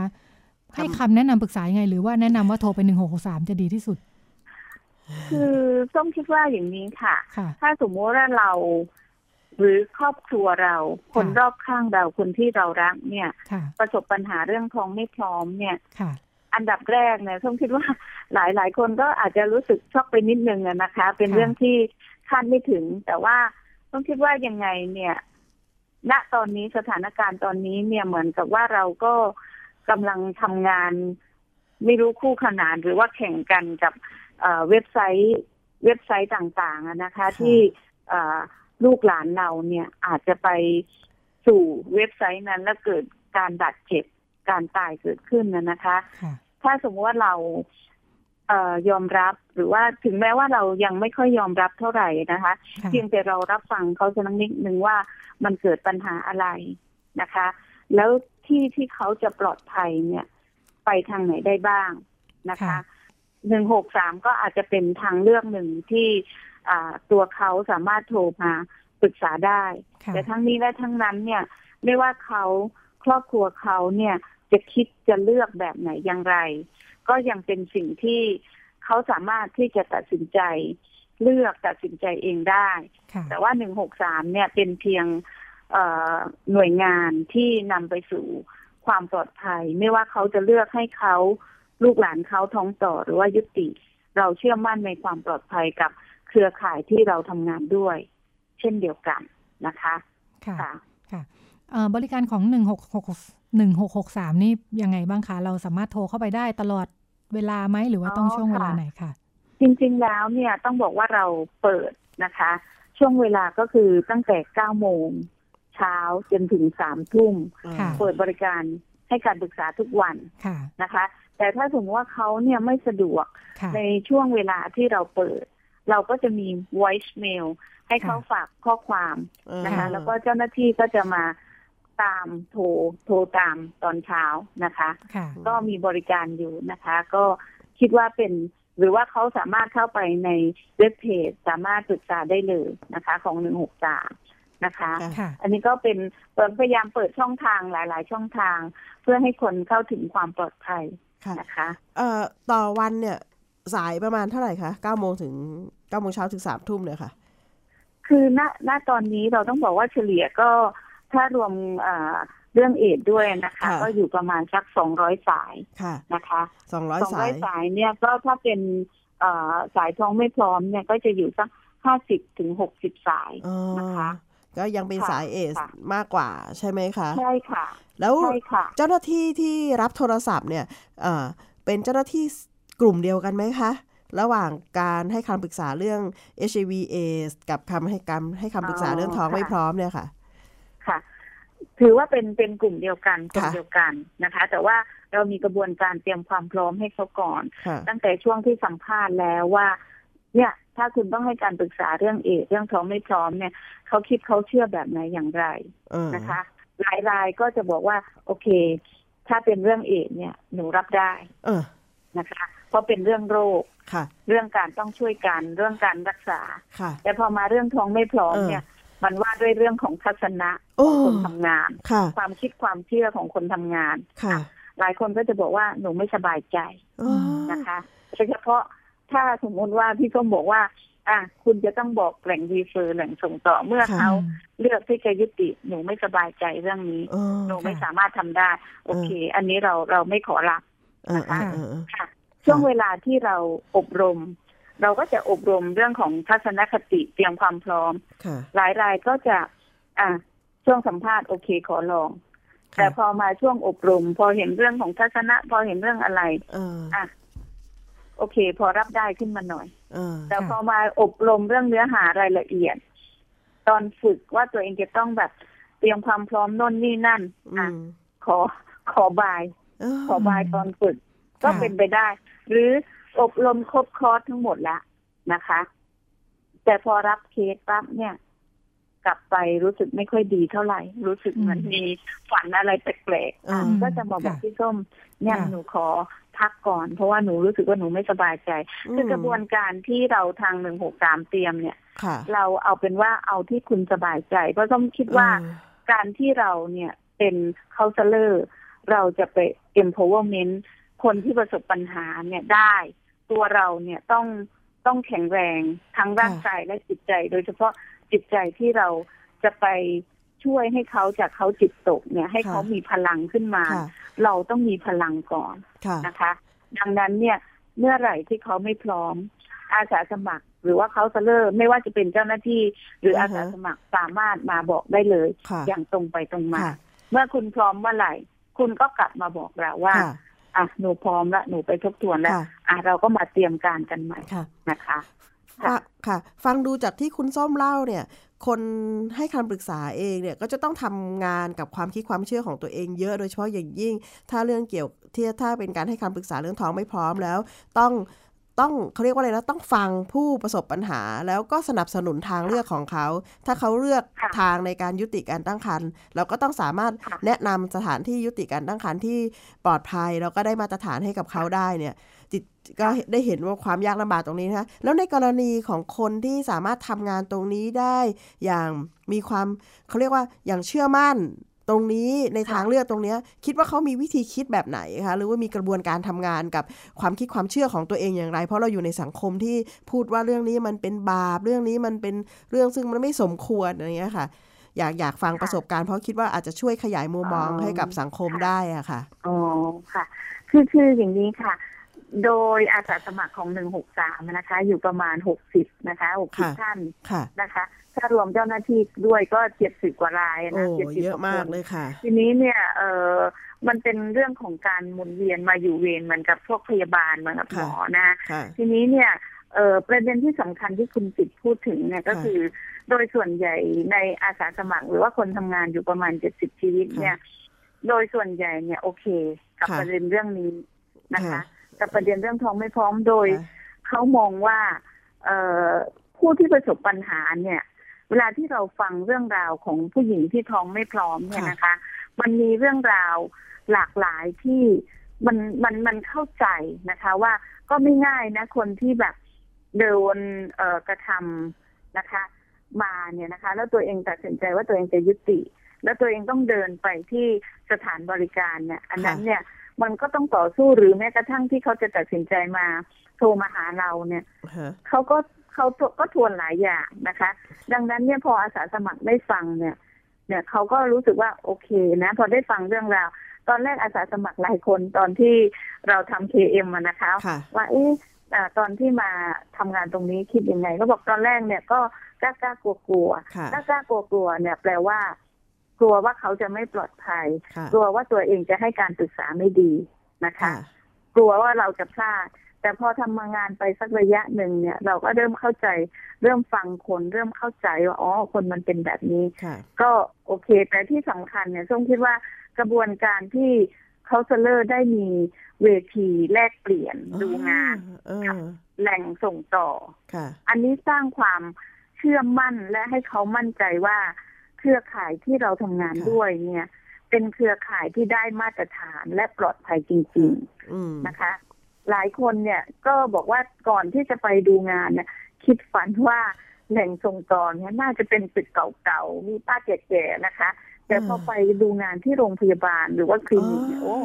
Speaker 2: ให้คำแนะนำปรึกษายังไง หรือว่าแนะนำว่าโทรไปหนึ่งหกสามจะดีที่สุด
Speaker 8: คือต้องคิดว่าอย่างนี้ค่ะ
Speaker 2: ค่ะ
Speaker 8: ถ้าสมมติว่าเราหรือครอบครัวเรา คนรอบข้างเราคนที่เรารักเนี่ย
Speaker 2: ค่ะ
Speaker 8: ประสบปัญหาเรื่องท้องไม่พร้อมเนี่ย
Speaker 2: ค่ะ
Speaker 8: อันดับแรกเนี่ยส้มคิดว่า หลายหลายคนก็อาจจะรู้สึกช็อกไปนิดนึงอะนะคะ เป็น
Speaker 2: ค่ะ
Speaker 8: เรื่องที่คาดไม่ถึง แต่ว่าส้มคิดว่ายังไงเนี่ย ณตอนนี้สถานการณ์ตอนนี้เนี่ยเหมือนกับว่าเราก็กำลังทำงาน ไม่รู้คู่ขนานหรือว่าแข่งกันกับเอ่อเว็บไซต์เว็บไซต์ต่างๆอะนะคะ ที่เอ่อลูกหลานเราเนี่ยอาจจะไปสู่เว็บไซต์นั้นแล้วเกิดการบาดเจ็บการตายเกิดขึ้นนะนะคะ
Speaker 2: ค่ะ
Speaker 8: ถ้าสมมติว่าเราเอ่อยอมรับหรือว่าถึงแม้ว่าเรายังไม่ค่อยยอมรับเท่าไหร่นะคะ
Speaker 2: ค่ะ
Speaker 8: เพียงแต่เรารับฟังเขาสักนิดนึงว่ามันเกิดปัญหาอะไรนะคะ แล้วที่ที่เขาจะปลอดภัยเนี่ย ไปทางไหนได้บ้างนะคะ
Speaker 2: ค่ะ
Speaker 8: หนึ่งหกสามก็อาจจะเป็นทางเลือกหนึ่งที่อ่าตัวเขาสามารถโทรมาปรึกษาได้
Speaker 2: ค่ะ
Speaker 8: แต่ทั้งนี้และทั้งนั้นเนี่ย ไม่ว่าเขาครอบครัวเขาเนี่ยจะคิดจะเลือกแบบไหนอย่างไร ก็ยังเป็นสิ่งที่เขาสามารถที่จะตัดสินใจ เลือกตัดสินใจเองได้
Speaker 2: ค่ะ
Speaker 8: แต่ว่าหนึ่งหกสามเนี่ยเป็นเพียง เอ่อหน่วยงานที่นำไปสู่ความปลอดภัย ไม่ว่าเขาจะเลือกให้เขาลูกหลานเขาท้องต่อหรือว่ายุติ เราเชื่อมั่นในความปลอดภัยกับเครือข่ายที่เราทำงานด้วย เช่นเดียวกันนะคะ
Speaker 2: ค่ะ
Speaker 8: ค่ะ
Speaker 2: เอ่อบริการของ 1666 1663 นี่ยังไงบ้างคะ เราสามารถโทรเข้าไปได้ตลอดเวลาไหมหรือว่าต้อง
Speaker 8: อ๋อ
Speaker 2: ช่วงเวลา
Speaker 8: ค่ะ
Speaker 2: ไหนคะ
Speaker 8: จริงๆ แล้วเนี่ยต้องบอกว่าเราเปิดนะคะ ช่วงเวลาก็คือตั้งแต่ 9 โมงเช้าจนถึง 3 ทุ่ม
Speaker 2: ค่ะ
Speaker 8: เปิดบริการให้การปรึกษาทุกวัน
Speaker 2: ค่ะ
Speaker 8: นะคะ แต่ถ้าสมมติว่าเขาเนี่ยไม่สะดวก
Speaker 2: ค่ะ
Speaker 8: ในช่วงเวลาที่เราเปิด เราก็จะมี voice mail ให้เขา
Speaker 2: ค่ะ
Speaker 8: ฝากข้อความนะคะ
Speaker 2: อ่า
Speaker 8: แล้วก็เจ้าหน้าที่ก็จะมาตามโทรโทรตามตอนเช้านะคะ
Speaker 2: ค่ะ
Speaker 8: ก็มีบริการอยู่นะคะ ก็คิดว่าเป็นหรือว่าเขาสามารถเข้าไปในเว็บเพจสามารถศึกษาได้เลยนะคะ ของหนึ่งหกสามนะคะ
Speaker 3: ค่ะ
Speaker 2: ค่ะ
Speaker 8: อันนี้ก็เป็นเอ่อพยายามเปิดช่องทางหลาย ๆ ช่องทาง เพื่อให้คนเข้าถึงความปลอดภัย
Speaker 3: ค่ะ
Speaker 8: นะคะ
Speaker 3: เอ่อต่อวันเนี่ยสายประมาณเท่าไหร่คะ9โมงถึง9โมงเช้าถึง3ทุ่มเนี่ยค่ะ
Speaker 8: คือณณตอนนี้เราต้องบอกว่าเฉลี่ยก็ถ้ารวมเอ่อเรื่องเอดด้วยนะคะ
Speaker 3: ค่ะ
Speaker 8: ก็อยู่ประมาณสักสองร้อยสาย
Speaker 3: ค่ะ
Speaker 8: นะคะ สอง
Speaker 3: 200 สา
Speaker 8: ร้อย ยสายเนี่ยก็ถ้าเป็นเอ่อสายท้องไม่พร้อมเนี่ยก็จะอยู่สักห้าสิบถึงหกสิบสาย
Speaker 3: อ๋อ
Speaker 8: นะคะ
Speaker 3: ก็ยังเป็น
Speaker 8: ค่ะ
Speaker 3: สายเอส
Speaker 8: ค่ะ
Speaker 3: มากกว่าใช่ไหมคะ
Speaker 8: ใช่ค่ะ
Speaker 3: แล้ว
Speaker 8: ใช่ค่ะ
Speaker 3: เจ้าหน้าที่ที่รับโทรศัพท์เนี่ยเอ่อเป็นเจ้าหน้าที่กลุ่มเดียวกันไหมคะ ระหว่างการให้คำปรึกษาเรื่อง HIV AIDS กับคำให้คำให้คำปรึกษาเรื่องท้อง
Speaker 8: อ๋อค่ะ
Speaker 3: ไม่พร้อมเนี่ยค่ะ
Speaker 8: ค่ะ ถือว่าเป็นเป็นกลุ่มเดียวกันกลุ่ม
Speaker 3: ค่ะ
Speaker 8: เดียวกันนะคะ แต่ว่าเรามีกระบวนการเตรียมความพร้อมให้เขาก่อน
Speaker 3: ค่ะ
Speaker 8: ตั้งแต่ช่วงที่สัมภาษณ์แล้วว่า เนี่ย ถ้าคุณต้องให้การปรึกษาเรื่องเอดเรื่องท้องไม่พร้อมเนี่ยเขาคิดเขาเชื่อแบบไหนอย่างไร
Speaker 3: เออ
Speaker 8: นะคะหลายรายก็จะบอกว่า โอเค ถ้าเป็นเรื่องเอดส์เนี่ยหนูรับได้
Speaker 3: เออ
Speaker 8: นะคะ เพราะเป็นเรื่องโรค
Speaker 3: ค่ะ
Speaker 8: เรื่องการต้องช่วยกัน เรื่องการรักษา
Speaker 3: ค่ะ
Speaker 8: แต่พอมาเรื่องท้องไม่พร้อม
Speaker 3: เออ
Speaker 8: เนี่ย มันว่าด้วยเรื่องของทัศนะ
Speaker 3: โอ้
Speaker 8: ของคนทำงาน
Speaker 3: ค่ะ
Speaker 8: ความคิดความเชื่อของคนทำงาน
Speaker 3: ค่ะ
Speaker 8: หลายคนก็จะบอกว่าหนูไม่สบายใจ
Speaker 3: อ๋อ
Speaker 8: นะคะโดยเฉพาะถ้าสมมติว่าพี่ส้มบอกว่า อ่ะคุณจะต้องบอกแหล่งรีเฟอร์แหล่งส่งต่อเมื่อเขาเลือกที่จะยุติหนูไม่สบายใจเรื่องนี้
Speaker 3: อ๋อ
Speaker 8: หนู
Speaker 3: ค่ะ
Speaker 8: ไม่สามารถทำได้ โอเค
Speaker 3: เอออั
Speaker 8: อันนี้เราเราไม่ขอรับ
Speaker 3: เออเออเออเออ
Speaker 8: ค่ะ ช่วงเวลาที่เราอบรม เราก็จะอบรมเรื่องของทัศนคติเตรียมความพร้อม
Speaker 3: ค่ะ
Speaker 8: หลายรายก็จะ อ่ะช่วงสัมภาษณ์โอเคขอลอง แต่พอมาช่วงอบรม พอเห็นเรื่องของทัศนะ พอเห็นเรื่องอะไร
Speaker 3: เออ
Speaker 8: โอเค พอรับได้ขึ้นมาหน่อย
Speaker 3: เออ
Speaker 8: แต่
Speaker 2: ค่ะ
Speaker 8: พอมาอบรมเรื่องเนื้อหารายละเอียด ตอนฝึกว่าตัวเองจะต้องแบบเตรียมความพร้อมโน่นนี่นั่น
Speaker 3: อื
Speaker 8: อ่ะ
Speaker 3: ม
Speaker 8: ขอขอบาย
Speaker 3: เออ
Speaker 8: ขอบายตอนฝึกก็เป็นไปได้ หรืออบรมครบคอร์สทั้งหมดแล้วนะคะ แต่พอรับเคสปั๊บเนี่ย กลับไปรู้สึกไม่ค่อยดีเท่าไหร่ รู้สึกเหมือน
Speaker 2: อืม
Speaker 8: มีฝันอะไรแปลกๆอ่ะ
Speaker 2: อืม
Speaker 8: ก็จะมาบอก
Speaker 2: ค่ะ
Speaker 8: พี่ส้มเนี่ย
Speaker 2: ค่ะ
Speaker 8: หนูขอพักก่อน เพราะว่าหนูรู้สึกว่าหนูไม่สบายใจคือกระบวนการที่เราทางหนึ่งหกสามเตรียมเนี่ย
Speaker 3: ค่ะ
Speaker 8: เราเอาเป็นว่าเอาที่คุณสบายใจ เพราะส้มคิดว่า
Speaker 3: เออ
Speaker 8: การที่เราเนี่ยเป็นเคาน์เซลเลอร์เราจะไป empowerment คนที่ประสบปัญหาเนี่ยได้ ตัวเราเนี่ยต้องต้องแข็งแรงทั้งร่างกายและจิตใจ โดยเฉพาะจิตใจที่เราจะไปช่วยให้เขาจากเขาจิตตกเนี่ย ให้
Speaker 3: ค่ะ
Speaker 8: เขามีพลังขึ้นมา
Speaker 3: ค่ะ
Speaker 8: เราต้องมีพลังก่อน
Speaker 3: ค่ะ
Speaker 8: นะคะ ดังนั้นเนี่ยเมื่อไหร่ที่เขาไม่พร้อม อาสาสมัคร หรือว่าเขาน์เซลเลอร์ไม่ว่าจะเป็นเจ้าหน้าที่ หรืออาสาสมัครสามารถมาบอกได้เลย
Speaker 3: ค่ะ
Speaker 8: อย่างตรงไปตรงมา
Speaker 3: ค่ะ
Speaker 8: เมื่อคุณพร้อมเมื่อไหร่ คุณก็กลับมาบอกเราว่า
Speaker 3: ค่ะ
Speaker 8: อ่ะหนูพร้อมละหนูไปทบทวนแล้ว
Speaker 3: ค่ะ
Speaker 8: อ่ะเราก็มาเตรียมการกันใหม่
Speaker 3: ค่ะ
Speaker 8: นะคะ ค่ะ
Speaker 3: ค่ะค่ะ ฟังดูจากที่คุณส้มเล่าเนี่ย คนให้คำปรึกษาเองเนี่ยก็จะต้องทำงานกับความคิดความเชื่อของตัวเองเยอะโดยเฉพาะอย่างยิ่ง ถ้าเรื่องเกี่ยวที่ถ้าเป็นการให้คำปรึกษาเรื่องท้องไม่พร้อมแล้ว ต้องต้องเขาเรียกว่าอะไรนะต้องฟังผู้ประสบปัญหา แล้วก็สนับสนุนทางเลือกของเขา ถ้าเขาเลือก
Speaker 8: ค่ะ
Speaker 3: ทางในการยุติการตั้งครรภ์เราก็ต้องสามารถ
Speaker 8: ค่ะ
Speaker 3: แนะนำสถานที่ยุติการตั้งครรภ์ที่ปลอดภัยแล้วก็ได้มาตรฐานให้กับเขาได้เนี่ย จิตก็ได้เห็นว่าความยากลำบากตรงนี้นะคะแล้วในกรณีของคนที่สามารถทำงานตรงนี้ได้ อย่างมีความเขาเรียกว่าอย่างเชื่อมั่นตรงนี้ในทางเลือกตรงเนี้ยคิดว่าเขามีวิธีคิดแบบไหนคะหรือว่ามีกระบวนการทำงานกับความคิดความเชื่อของตัวเองอย่างไร เพราะเราอยู่ในสังคมที่พูดว่าเรื่องนี้มันเป็นบาปเรื่องนี้มันเป็นเรื่องซึ่งมันไม่สมควรอะไรอย่างเงี้ยค่ะ อยากอยากฟังประสบการณ์เพราะคิดว่าอาจจะช่วยขยายมุมมองให้กับสังคมได้อะค่ะ
Speaker 8: อ๋อค่ะ คือคืออย่างนี้ค่ะ โดยอาสาสมัครของ 163 นะคะ อยู่ประมาณ 60 นะคะ
Speaker 3: ค่ะ
Speaker 8: 60 ท่าน
Speaker 3: ค่ะ
Speaker 8: นะคะ ถ้ารวมเจ้าหน้าที่ด้วยก็ 70 กว่าราย
Speaker 3: โอ้
Speaker 8: นะ70
Speaker 3: เยอะมาก
Speaker 8: คน
Speaker 3: เลยค่ะ
Speaker 8: ทีนี้เนี่ยเออมันเป็นเรื่องของการหมุนเวียนมาอยู่เวรเหมือนกับพวกพยาบาลเหมือนกับหม
Speaker 3: ค่ะ
Speaker 8: อนะ
Speaker 3: ค่ะ
Speaker 8: ทีนี้เนี่ยเอ่อประเด็นที่สำคัญที่คุณติดพูดถึงเนี่ยก็
Speaker 3: ค่ะ
Speaker 8: คือ โดยส่วนใหญ่ในอาสาสมัคร หรือว่าคนทำงานอยู่ประมาณเจ็ดสิบชีวิตเนี่ย โดยส่วนใหญ่เนี่ยโอเค กับ
Speaker 3: ค่ะ
Speaker 8: ประเด็นเรื่องนี้นะ
Speaker 3: ค่ะ
Speaker 8: คะ กับประเด็นเรื่องท้องไม่พร้อมโดย
Speaker 3: ค่ะ
Speaker 8: เขามองว่าเอ่อผู้ที่ประสบปัญหาเนี่ย เวลาที่เราฟังเรื่องราวของผู้หญิงที่ท้องไม่พร้อมเนี่ย
Speaker 3: ค่ะ
Speaker 8: นะคะ มันมีเรื่องราวหลากหลายที่มันมันมันเข้าใจนะคะ ว่าก็ไม่ง่ายนะคนที่แบบโดนเอ่อกระทำนะคะ มาเนี่ยนะคะ แล้วตัวเองตัดสินใจว่าตัวเองจะยุติ แล้วตัวเองต้องเดินไปที่สถานบริการเนี่ย อันนั้น
Speaker 3: ค่ะ
Speaker 8: เนี่ย มันก็ต้องต่อสู้หรือแม้กระทั่งที่เขาจะตัดสินใจมา โทรมาหาเราเนี่ย
Speaker 3: ฮะ
Speaker 8: เขาก็เขาก็ทวนหลายอย่างนะคะ ดังนั้นเนี่ยพออาสาสมัครได้ฟังเนี่ย เนี่ยเขาก็รู้สึกว่าโอเคนะ พอได้ฟังเรื่องราว ตอนแรกอาสาสมัครหลายคนตอนที่เราทำ KM อะนะคะ
Speaker 3: ค่ะ
Speaker 8: ว่าเอ๊ะอ่าตอนที่มาทำงานตรงนี้คิดยังไงก็บอกตอนแรกเนี่ยก็กล้ากล้ากลัวกลัว
Speaker 3: ค่ะ
Speaker 8: กล้ากล้ากลัวกลัวเนี่ย แปลว่า กลัวว่าเขาจะไม่ปลอดภัย
Speaker 3: ค่ะ
Speaker 8: กลัวว่าตัวเองจะให้การปรึกษาไม่ดีนะคะ
Speaker 3: ค่ะ
Speaker 8: กลัวว่าเราจะพลาด แต่พอทำงานไปสักระยะหนึ่งเนี่ย เราก็เริ่มเข้าใจ เริ่มฟังคนเริ่มเข้าใจว่าอ๋อคนมันเป็นแบบนี้
Speaker 3: ค่ะ
Speaker 8: ก็โอเค แต่ที่สำคัญเนี่ยส้มคิดว่ากระบวนการที่เขาเซเลอร์ได้มีเวทีแลกเปลี่ยนดูงาน
Speaker 3: เออเออ
Speaker 8: แหล่งส่งต่อ
Speaker 3: ค่ะ
Speaker 8: อันนี้สร้างความเชื่อมั่นและให้เขามั่นใจว่า เครือข่ายที่เราทำงาน
Speaker 3: ค่ะ
Speaker 8: ด้วยเนี่ย เป็นเครือข่ายที่ได้มาตรฐานและปลอดภัยจริง ๆ
Speaker 3: อืม
Speaker 8: นะคะ หลายคนเนี่ยก็บอกว่าก่อนที่จะไปดูงานเนี่ยคิดฝันว่าแหล่งส่งต่อเนี่ยน่าจะเป็นตึกเก่าๆ มีป้าแก่ๆนะคะ แต่พอ
Speaker 3: เออ
Speaker 8: ไปดูงานที่โรงพยาบาลหรือว่าคลินิกเนี่ยโอ้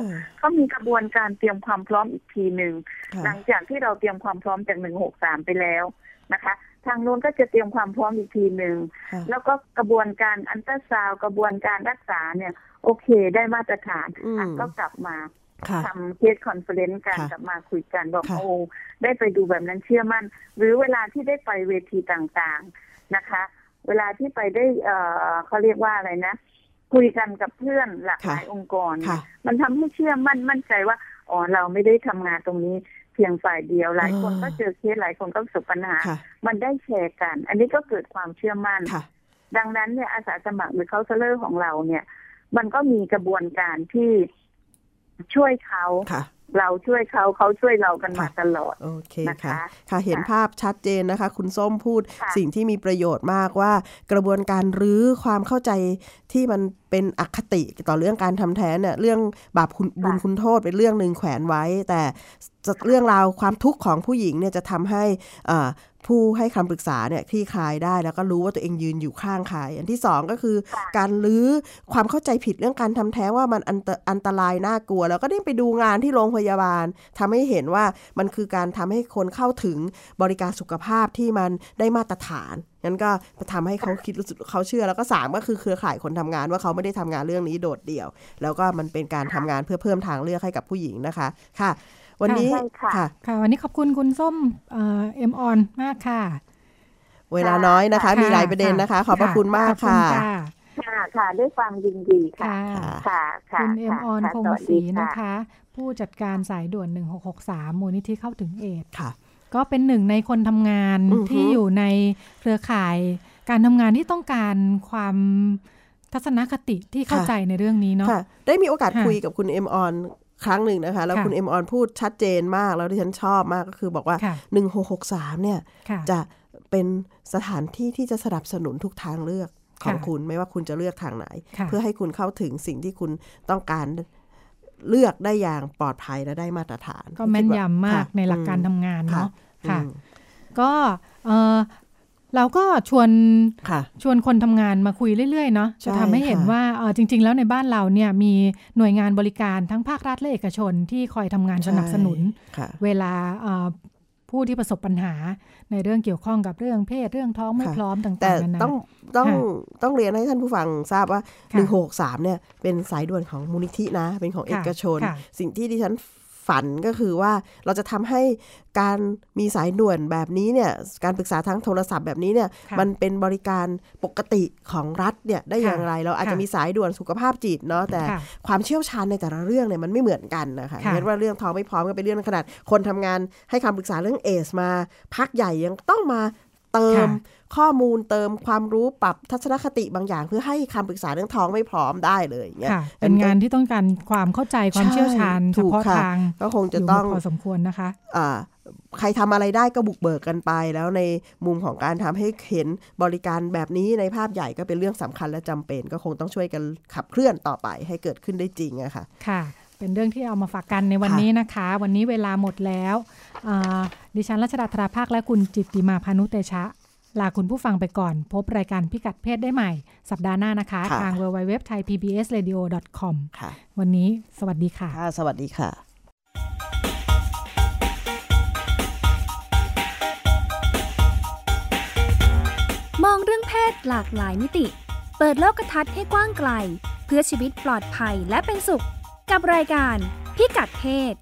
Speaker 8: ก็มีกระบวนการเตรียมความพร้อมอีกทีหนึ่ง
Speaker 3: ค่ะ
Speaker 8: หลังจากที่เราเตรียมความพร้อมจาก 163 ไปแล้วนะคะ ทางนู้นก็จะเตรียมความพร้อมอีกทีหนึ่ง
Speaker 3: ค่ะ
Speaker 8: แล้วก็กระบวนการอันตราซาวด์กระบวนการรักษาเนี่ย โอเคได้มาตรฐาน
Speaker 3: อืม
Speaker 8: อ่ะก็กลับมา
Speaker 3: ค่ะ
Speaker 8: ทำเคสคอนเฟอเรนซ์กัน
Speaker 3: ค่ะ
Speaker 8: กลับมาคุยกันบอก
Speaker 3: ค่ะ
Speaker 8: โอ้ได้ไปดูแบบนั้นเชื่อมั่น หรือเวลาที่ได้ไปเวทีต่างๆนะคะ เวลาที่ไปได้เอ่อเขาเรียกว่าอะไรนะ คุยกันกับเพื่อนหลากหลาย
Speaker 3: ค่ะ
Speaker 8: องค์กร
Speaker 3: ค่ะ
Speaker 8: มันทำให้เชื่อมั่นมั่นใจว่าอ๋อเราไม่ได้ทำงานตรงนี้เพียงฝ่ายเดียวหลายคน
Speaker 3: อ่า
Speaker 8: ก็เจอเคสหลายคนก็ประสบปัญหา
Speaker 3: ค่ะ
Speaker 8: มันได้แชร์กัน อันนี้ก็เกิดความเชื่อมั่น
Speaker 3: ค่ะ
Speaker 8: ดังนั้นเนี่ยอาสาสมัครหรือเคาน์เซลเลอร์ของเราเนี่ย มันก็มีกระบวนการที่ช่วยเขา
Speaker 3: ค่ะ
Speaker 8: เราช่วยเขาเขาช่วยเรากันมา
Speaker 3: ค่ะ
Speaker 8: ตลอด
Speaker 3: โอเค
Speaker 8: นะคะ
Speaker 3: ค่ะ ค่ะ เห็น
Speaker 8: ค่ะ
Speaker 3: ภาพชัดเจนนะคะ คุณส้มพูด
Speaker 8: ค่ะ
Speaker 3: สิ่งที่มีประโยชน์มากว่ากระบวนการรื้อความเข้าใจที่มันเป็นอคติต่อเรื่องการทำแท้งเนี่ยเรื่องบาปคุณบุญคุณโทษเป็นเรื่องหนึ่งแขวนไว้ แต่เรื่องราวความทุกข์ของผู้หญิงเนี่ยจะทำให้เอ่อผู้ให้คำปรึกษาเนี่ยคลี่คลายได้แล้วก็รู้ว่าตัวเองยืนอยู่ข้างใครอันที่สองก็คือ
Speaker 8: ค่ะ
Speaker 3: การรื้อความเข้าใจผิดเรื่องการทำแท้งว่ามันอันตอันตรายน่ากลัว แล้วก็ได้ไปดูงานที่โรงพยาบาลทำให้เห็นว่ามันคือการทำให้คนเข้าถึงบริการสุขภาพที่มันได้มาตรฐานงั้นก็ทำให้เขาคิดรู้สึกเขาเชื่อแล้วก็สามก็คือเครือข่ายคนทำงานว่าเขาไม่ได้ทำงานเรื่องนี้โดดเดี่ยว แล้วก็มันเป็นการทำงานเพื่อเพิ่มทางเลือกให้กับผู้หญิงนะคะค่ะ วันนี้
Speaker 8: ใช่ค่ะ
Speaker 3: ค่ะ
Speaker 2: ค่ะ วันนี้ขอบคุณคุณส้มเอ่อ็มออนมากค่ะ
Speaker 3: เวลาน้อยนะคะ มีหลายประเด็นนะคะ ขอบพระคุณมาก
Speaker 2: ขอบณ
Speaker 3: ค่ะ
Speaker 8: ค่ะค่ะด้วยความยินดีค่ะ ค่ะค่ะ
Speaker 2: คุณเอ็ม
Speaker 8: ค่ะ
Speaker 2: ออน
Speaker 8: ค่ะ
Speaker 2: คง
Speaker 8: สวัส
Speaker 2: ศรี
Speaker 8: ดี
Speaker 2: นะคะ ผู้จัดการสายด่วน 1663 มูลนิธิเข้าถึงเอดส์
Speaker 3: ค่ะ
Speaker 2: ก็เป็นหนึ่งในคนทำงาน
Speaker 3: อือฮึ
Speaker 2: ที่อยู่ในเครือข่ายการทำงานที่ต้องการความทัศนคติที่เข้า
Speaker 3: ค่ะ
Speaker 2: ใจในเรื่องนี้เนาะ
Speaker 3: ค่ะได้มีโอกาส
Speaker 2: ค่ะ
Speaker 3: คุยกับคุณเอ็มออนครั้งหนึ่งนะคะ แล้ว
Speaker 2: ค่ะ
Speaker 3: คุณเอ็มออนพูดชัดเจนมากแล้วที่ฉันชอบมากก็คือบอกว่า
Speaker 2: ค่ะ
Speaker 3: 1663 เนี่ย
Speaker 2: ค่ะ
Speaker 3: จะเป็นสถานที่ที่จะสนับสนุนทุกทางเลือกของ
Speaker 2: ค่ะ
Speaker 3: คุณไม่ว่าคุณจะเลือกทางไหน
Speaker 2: ค่ะ
Speaker 3: เพื่อให้คุณเข้าถึงสิ่งที่คุณต้องการเลือกได้อย่างปลอดภัยและได้มาตรฐาน
Speaker 2: ก็แม่นยำมาก
Speaker 3: ค่ะ
Speaker 2: ในหลักการ
Speaker 3: อืม
Speaker 2: ทำงาน
Speaker 3: ค่ะ
Speaker 2: เนาะค่ะ
Speaker 3: อืม
Speaker 2: ก็เออเราก็ชวน
Speaker 3: ค่ะ
Speaker 2: ชวนคนทำงานมาคุยเรื่อยๆเนาะ
Speaker 3: ใช่
Speaker 2: จะทำให้เห็น
Speaker 3: ค่ะ
Speaker 2: ว่าเออจริง ๆ แล้วในบ้านเราเนี่ยมีหน่วยงานบริการทั้งภาครัฐและเอกชนที่คอยทำงาน
Speaker 3: ใช่
Speaker 2: สนับสนุน
Speaker 3: ค่ะ
Speaker 2: เวลาเอ่อ ผู้ที่ประสบปัญหาในเรื่องเกี่ยวข้องกับเรื่อง เพศเรื่องท้องไม่
Speaker 3: ค่ะ
Speaker 2: พร้อมต่างๆ
Speaker 3: แต่
Speaker 2: นานา
Speaker 3: ต้องต้อง
Speaker 2: ค่ะ
Speaker 3: ต้องเรียนให้ท่านผู้ฟังทราบว่า
Speaker 2: ค่ะ
Speaker 3: 163เนี่ยเป็นสายด่วนของมูลนิธินะ เป็นของ
Speaker 2: ค่ะ
Speaker 3: เอกชน
Speaker 2: ค่ะ
Speaker 3: สิ่งที่ดิฉันฝันก็คือว่าเราจะทำให้การมีสายด่วนแบบนี้เนี่ยการปรึกษาทางโทรศัพท์แบบนี้เนี่ย
Speaker 2: ค่ะ
Speaker 3: มันเป็นบริการปกติของรัฐเนี่ยได้
Speaker 2: ค่ะ
Speaker 3: อย่างไร เราอาจจะ
Speaker 2: ค่ะ
Speaker 3: มีสายด่วนสุขภาพจิตเนาะแต่
Speaker 2: ค่ะ
Speaker 3: ความเชี่ยวชาญในแต่ละเรื่องเนี่ยมันไม่เหมือนกันนะคะ
Speaker 2: ค่ะ
Speaker 3: เห็นว่าเรื่องท้องไม่พร้อมก็เป็นเรื่องขนาดคนทำงานให้คำปรึกษาเรื่องเอสมาพักใหญ่ยังต้องมาเติ
Speaker 2: ค่
Speaker 3: ม
Speaker 2: ะ
Speaker 3: ข้อมูลเติมความรู้ปรับทัศนคติบางอย่าง เพื่อให้คำปรึกษาเรื่องท้องไม่พร้อมได้เลยอย่างเงี้ย
Speaker 2: ค่ะ เป็นงานที่ต้องการความเข้าใจความเชี่ยวชาญ
Speaker 3: ใ
Speaker 2: เฉพาะ
Speaker 3: ถูกค่
Speaker 2: ทาง
Speaker 3: ก็คงจะ
Speaker 2: ยู่
Speaker 3: ต้อง
Speaker 2: พอสมควรนะคะ
Speaker 3: อ่าใครทำอะไรได้ก็บุกเบิกกันไป แล้วในมุมของการทำให้เห็นบริการแบบนี้ในภาพใหญ่ก็เป็นเรื่องสำคัญและจำเป็น ก็คงต้องช่วยกันขับเคลื่อนต่อไปให้เกิดขึ้นได้จริงอะค่ะ
Speaker 2: ค่ะ เป็นเรื่องที่เอามาฝากกันในวัน
Speaker 3: ค่ะ
Speaker 2: นี้นะคะ วันนี้เวลาหมดแล้วอ่าดิฉันรัชดาธราภาคและคุณจิตติมาพานุเตชะ ลาคุณผู้ฟังไปก่อน พบรายการพิกัดเพศได้ใหม่ สัปดาห์หน้านะคะ ทาง www.thaipbsradio.com
Speaker 3: ค่ะ
Speaker 2: วันนี้สวัสดีค่ะ
Speaker 3: ค่ะสวัสดีค่ะ
Speaker 1: มองเรื่องเพศหลากหลายมิติ เปิดโลกทัศน์ให้กว้างไกล เพื่อชีวิตปลอดภัยและเป็นสุข กับรายการพิกัดเพศ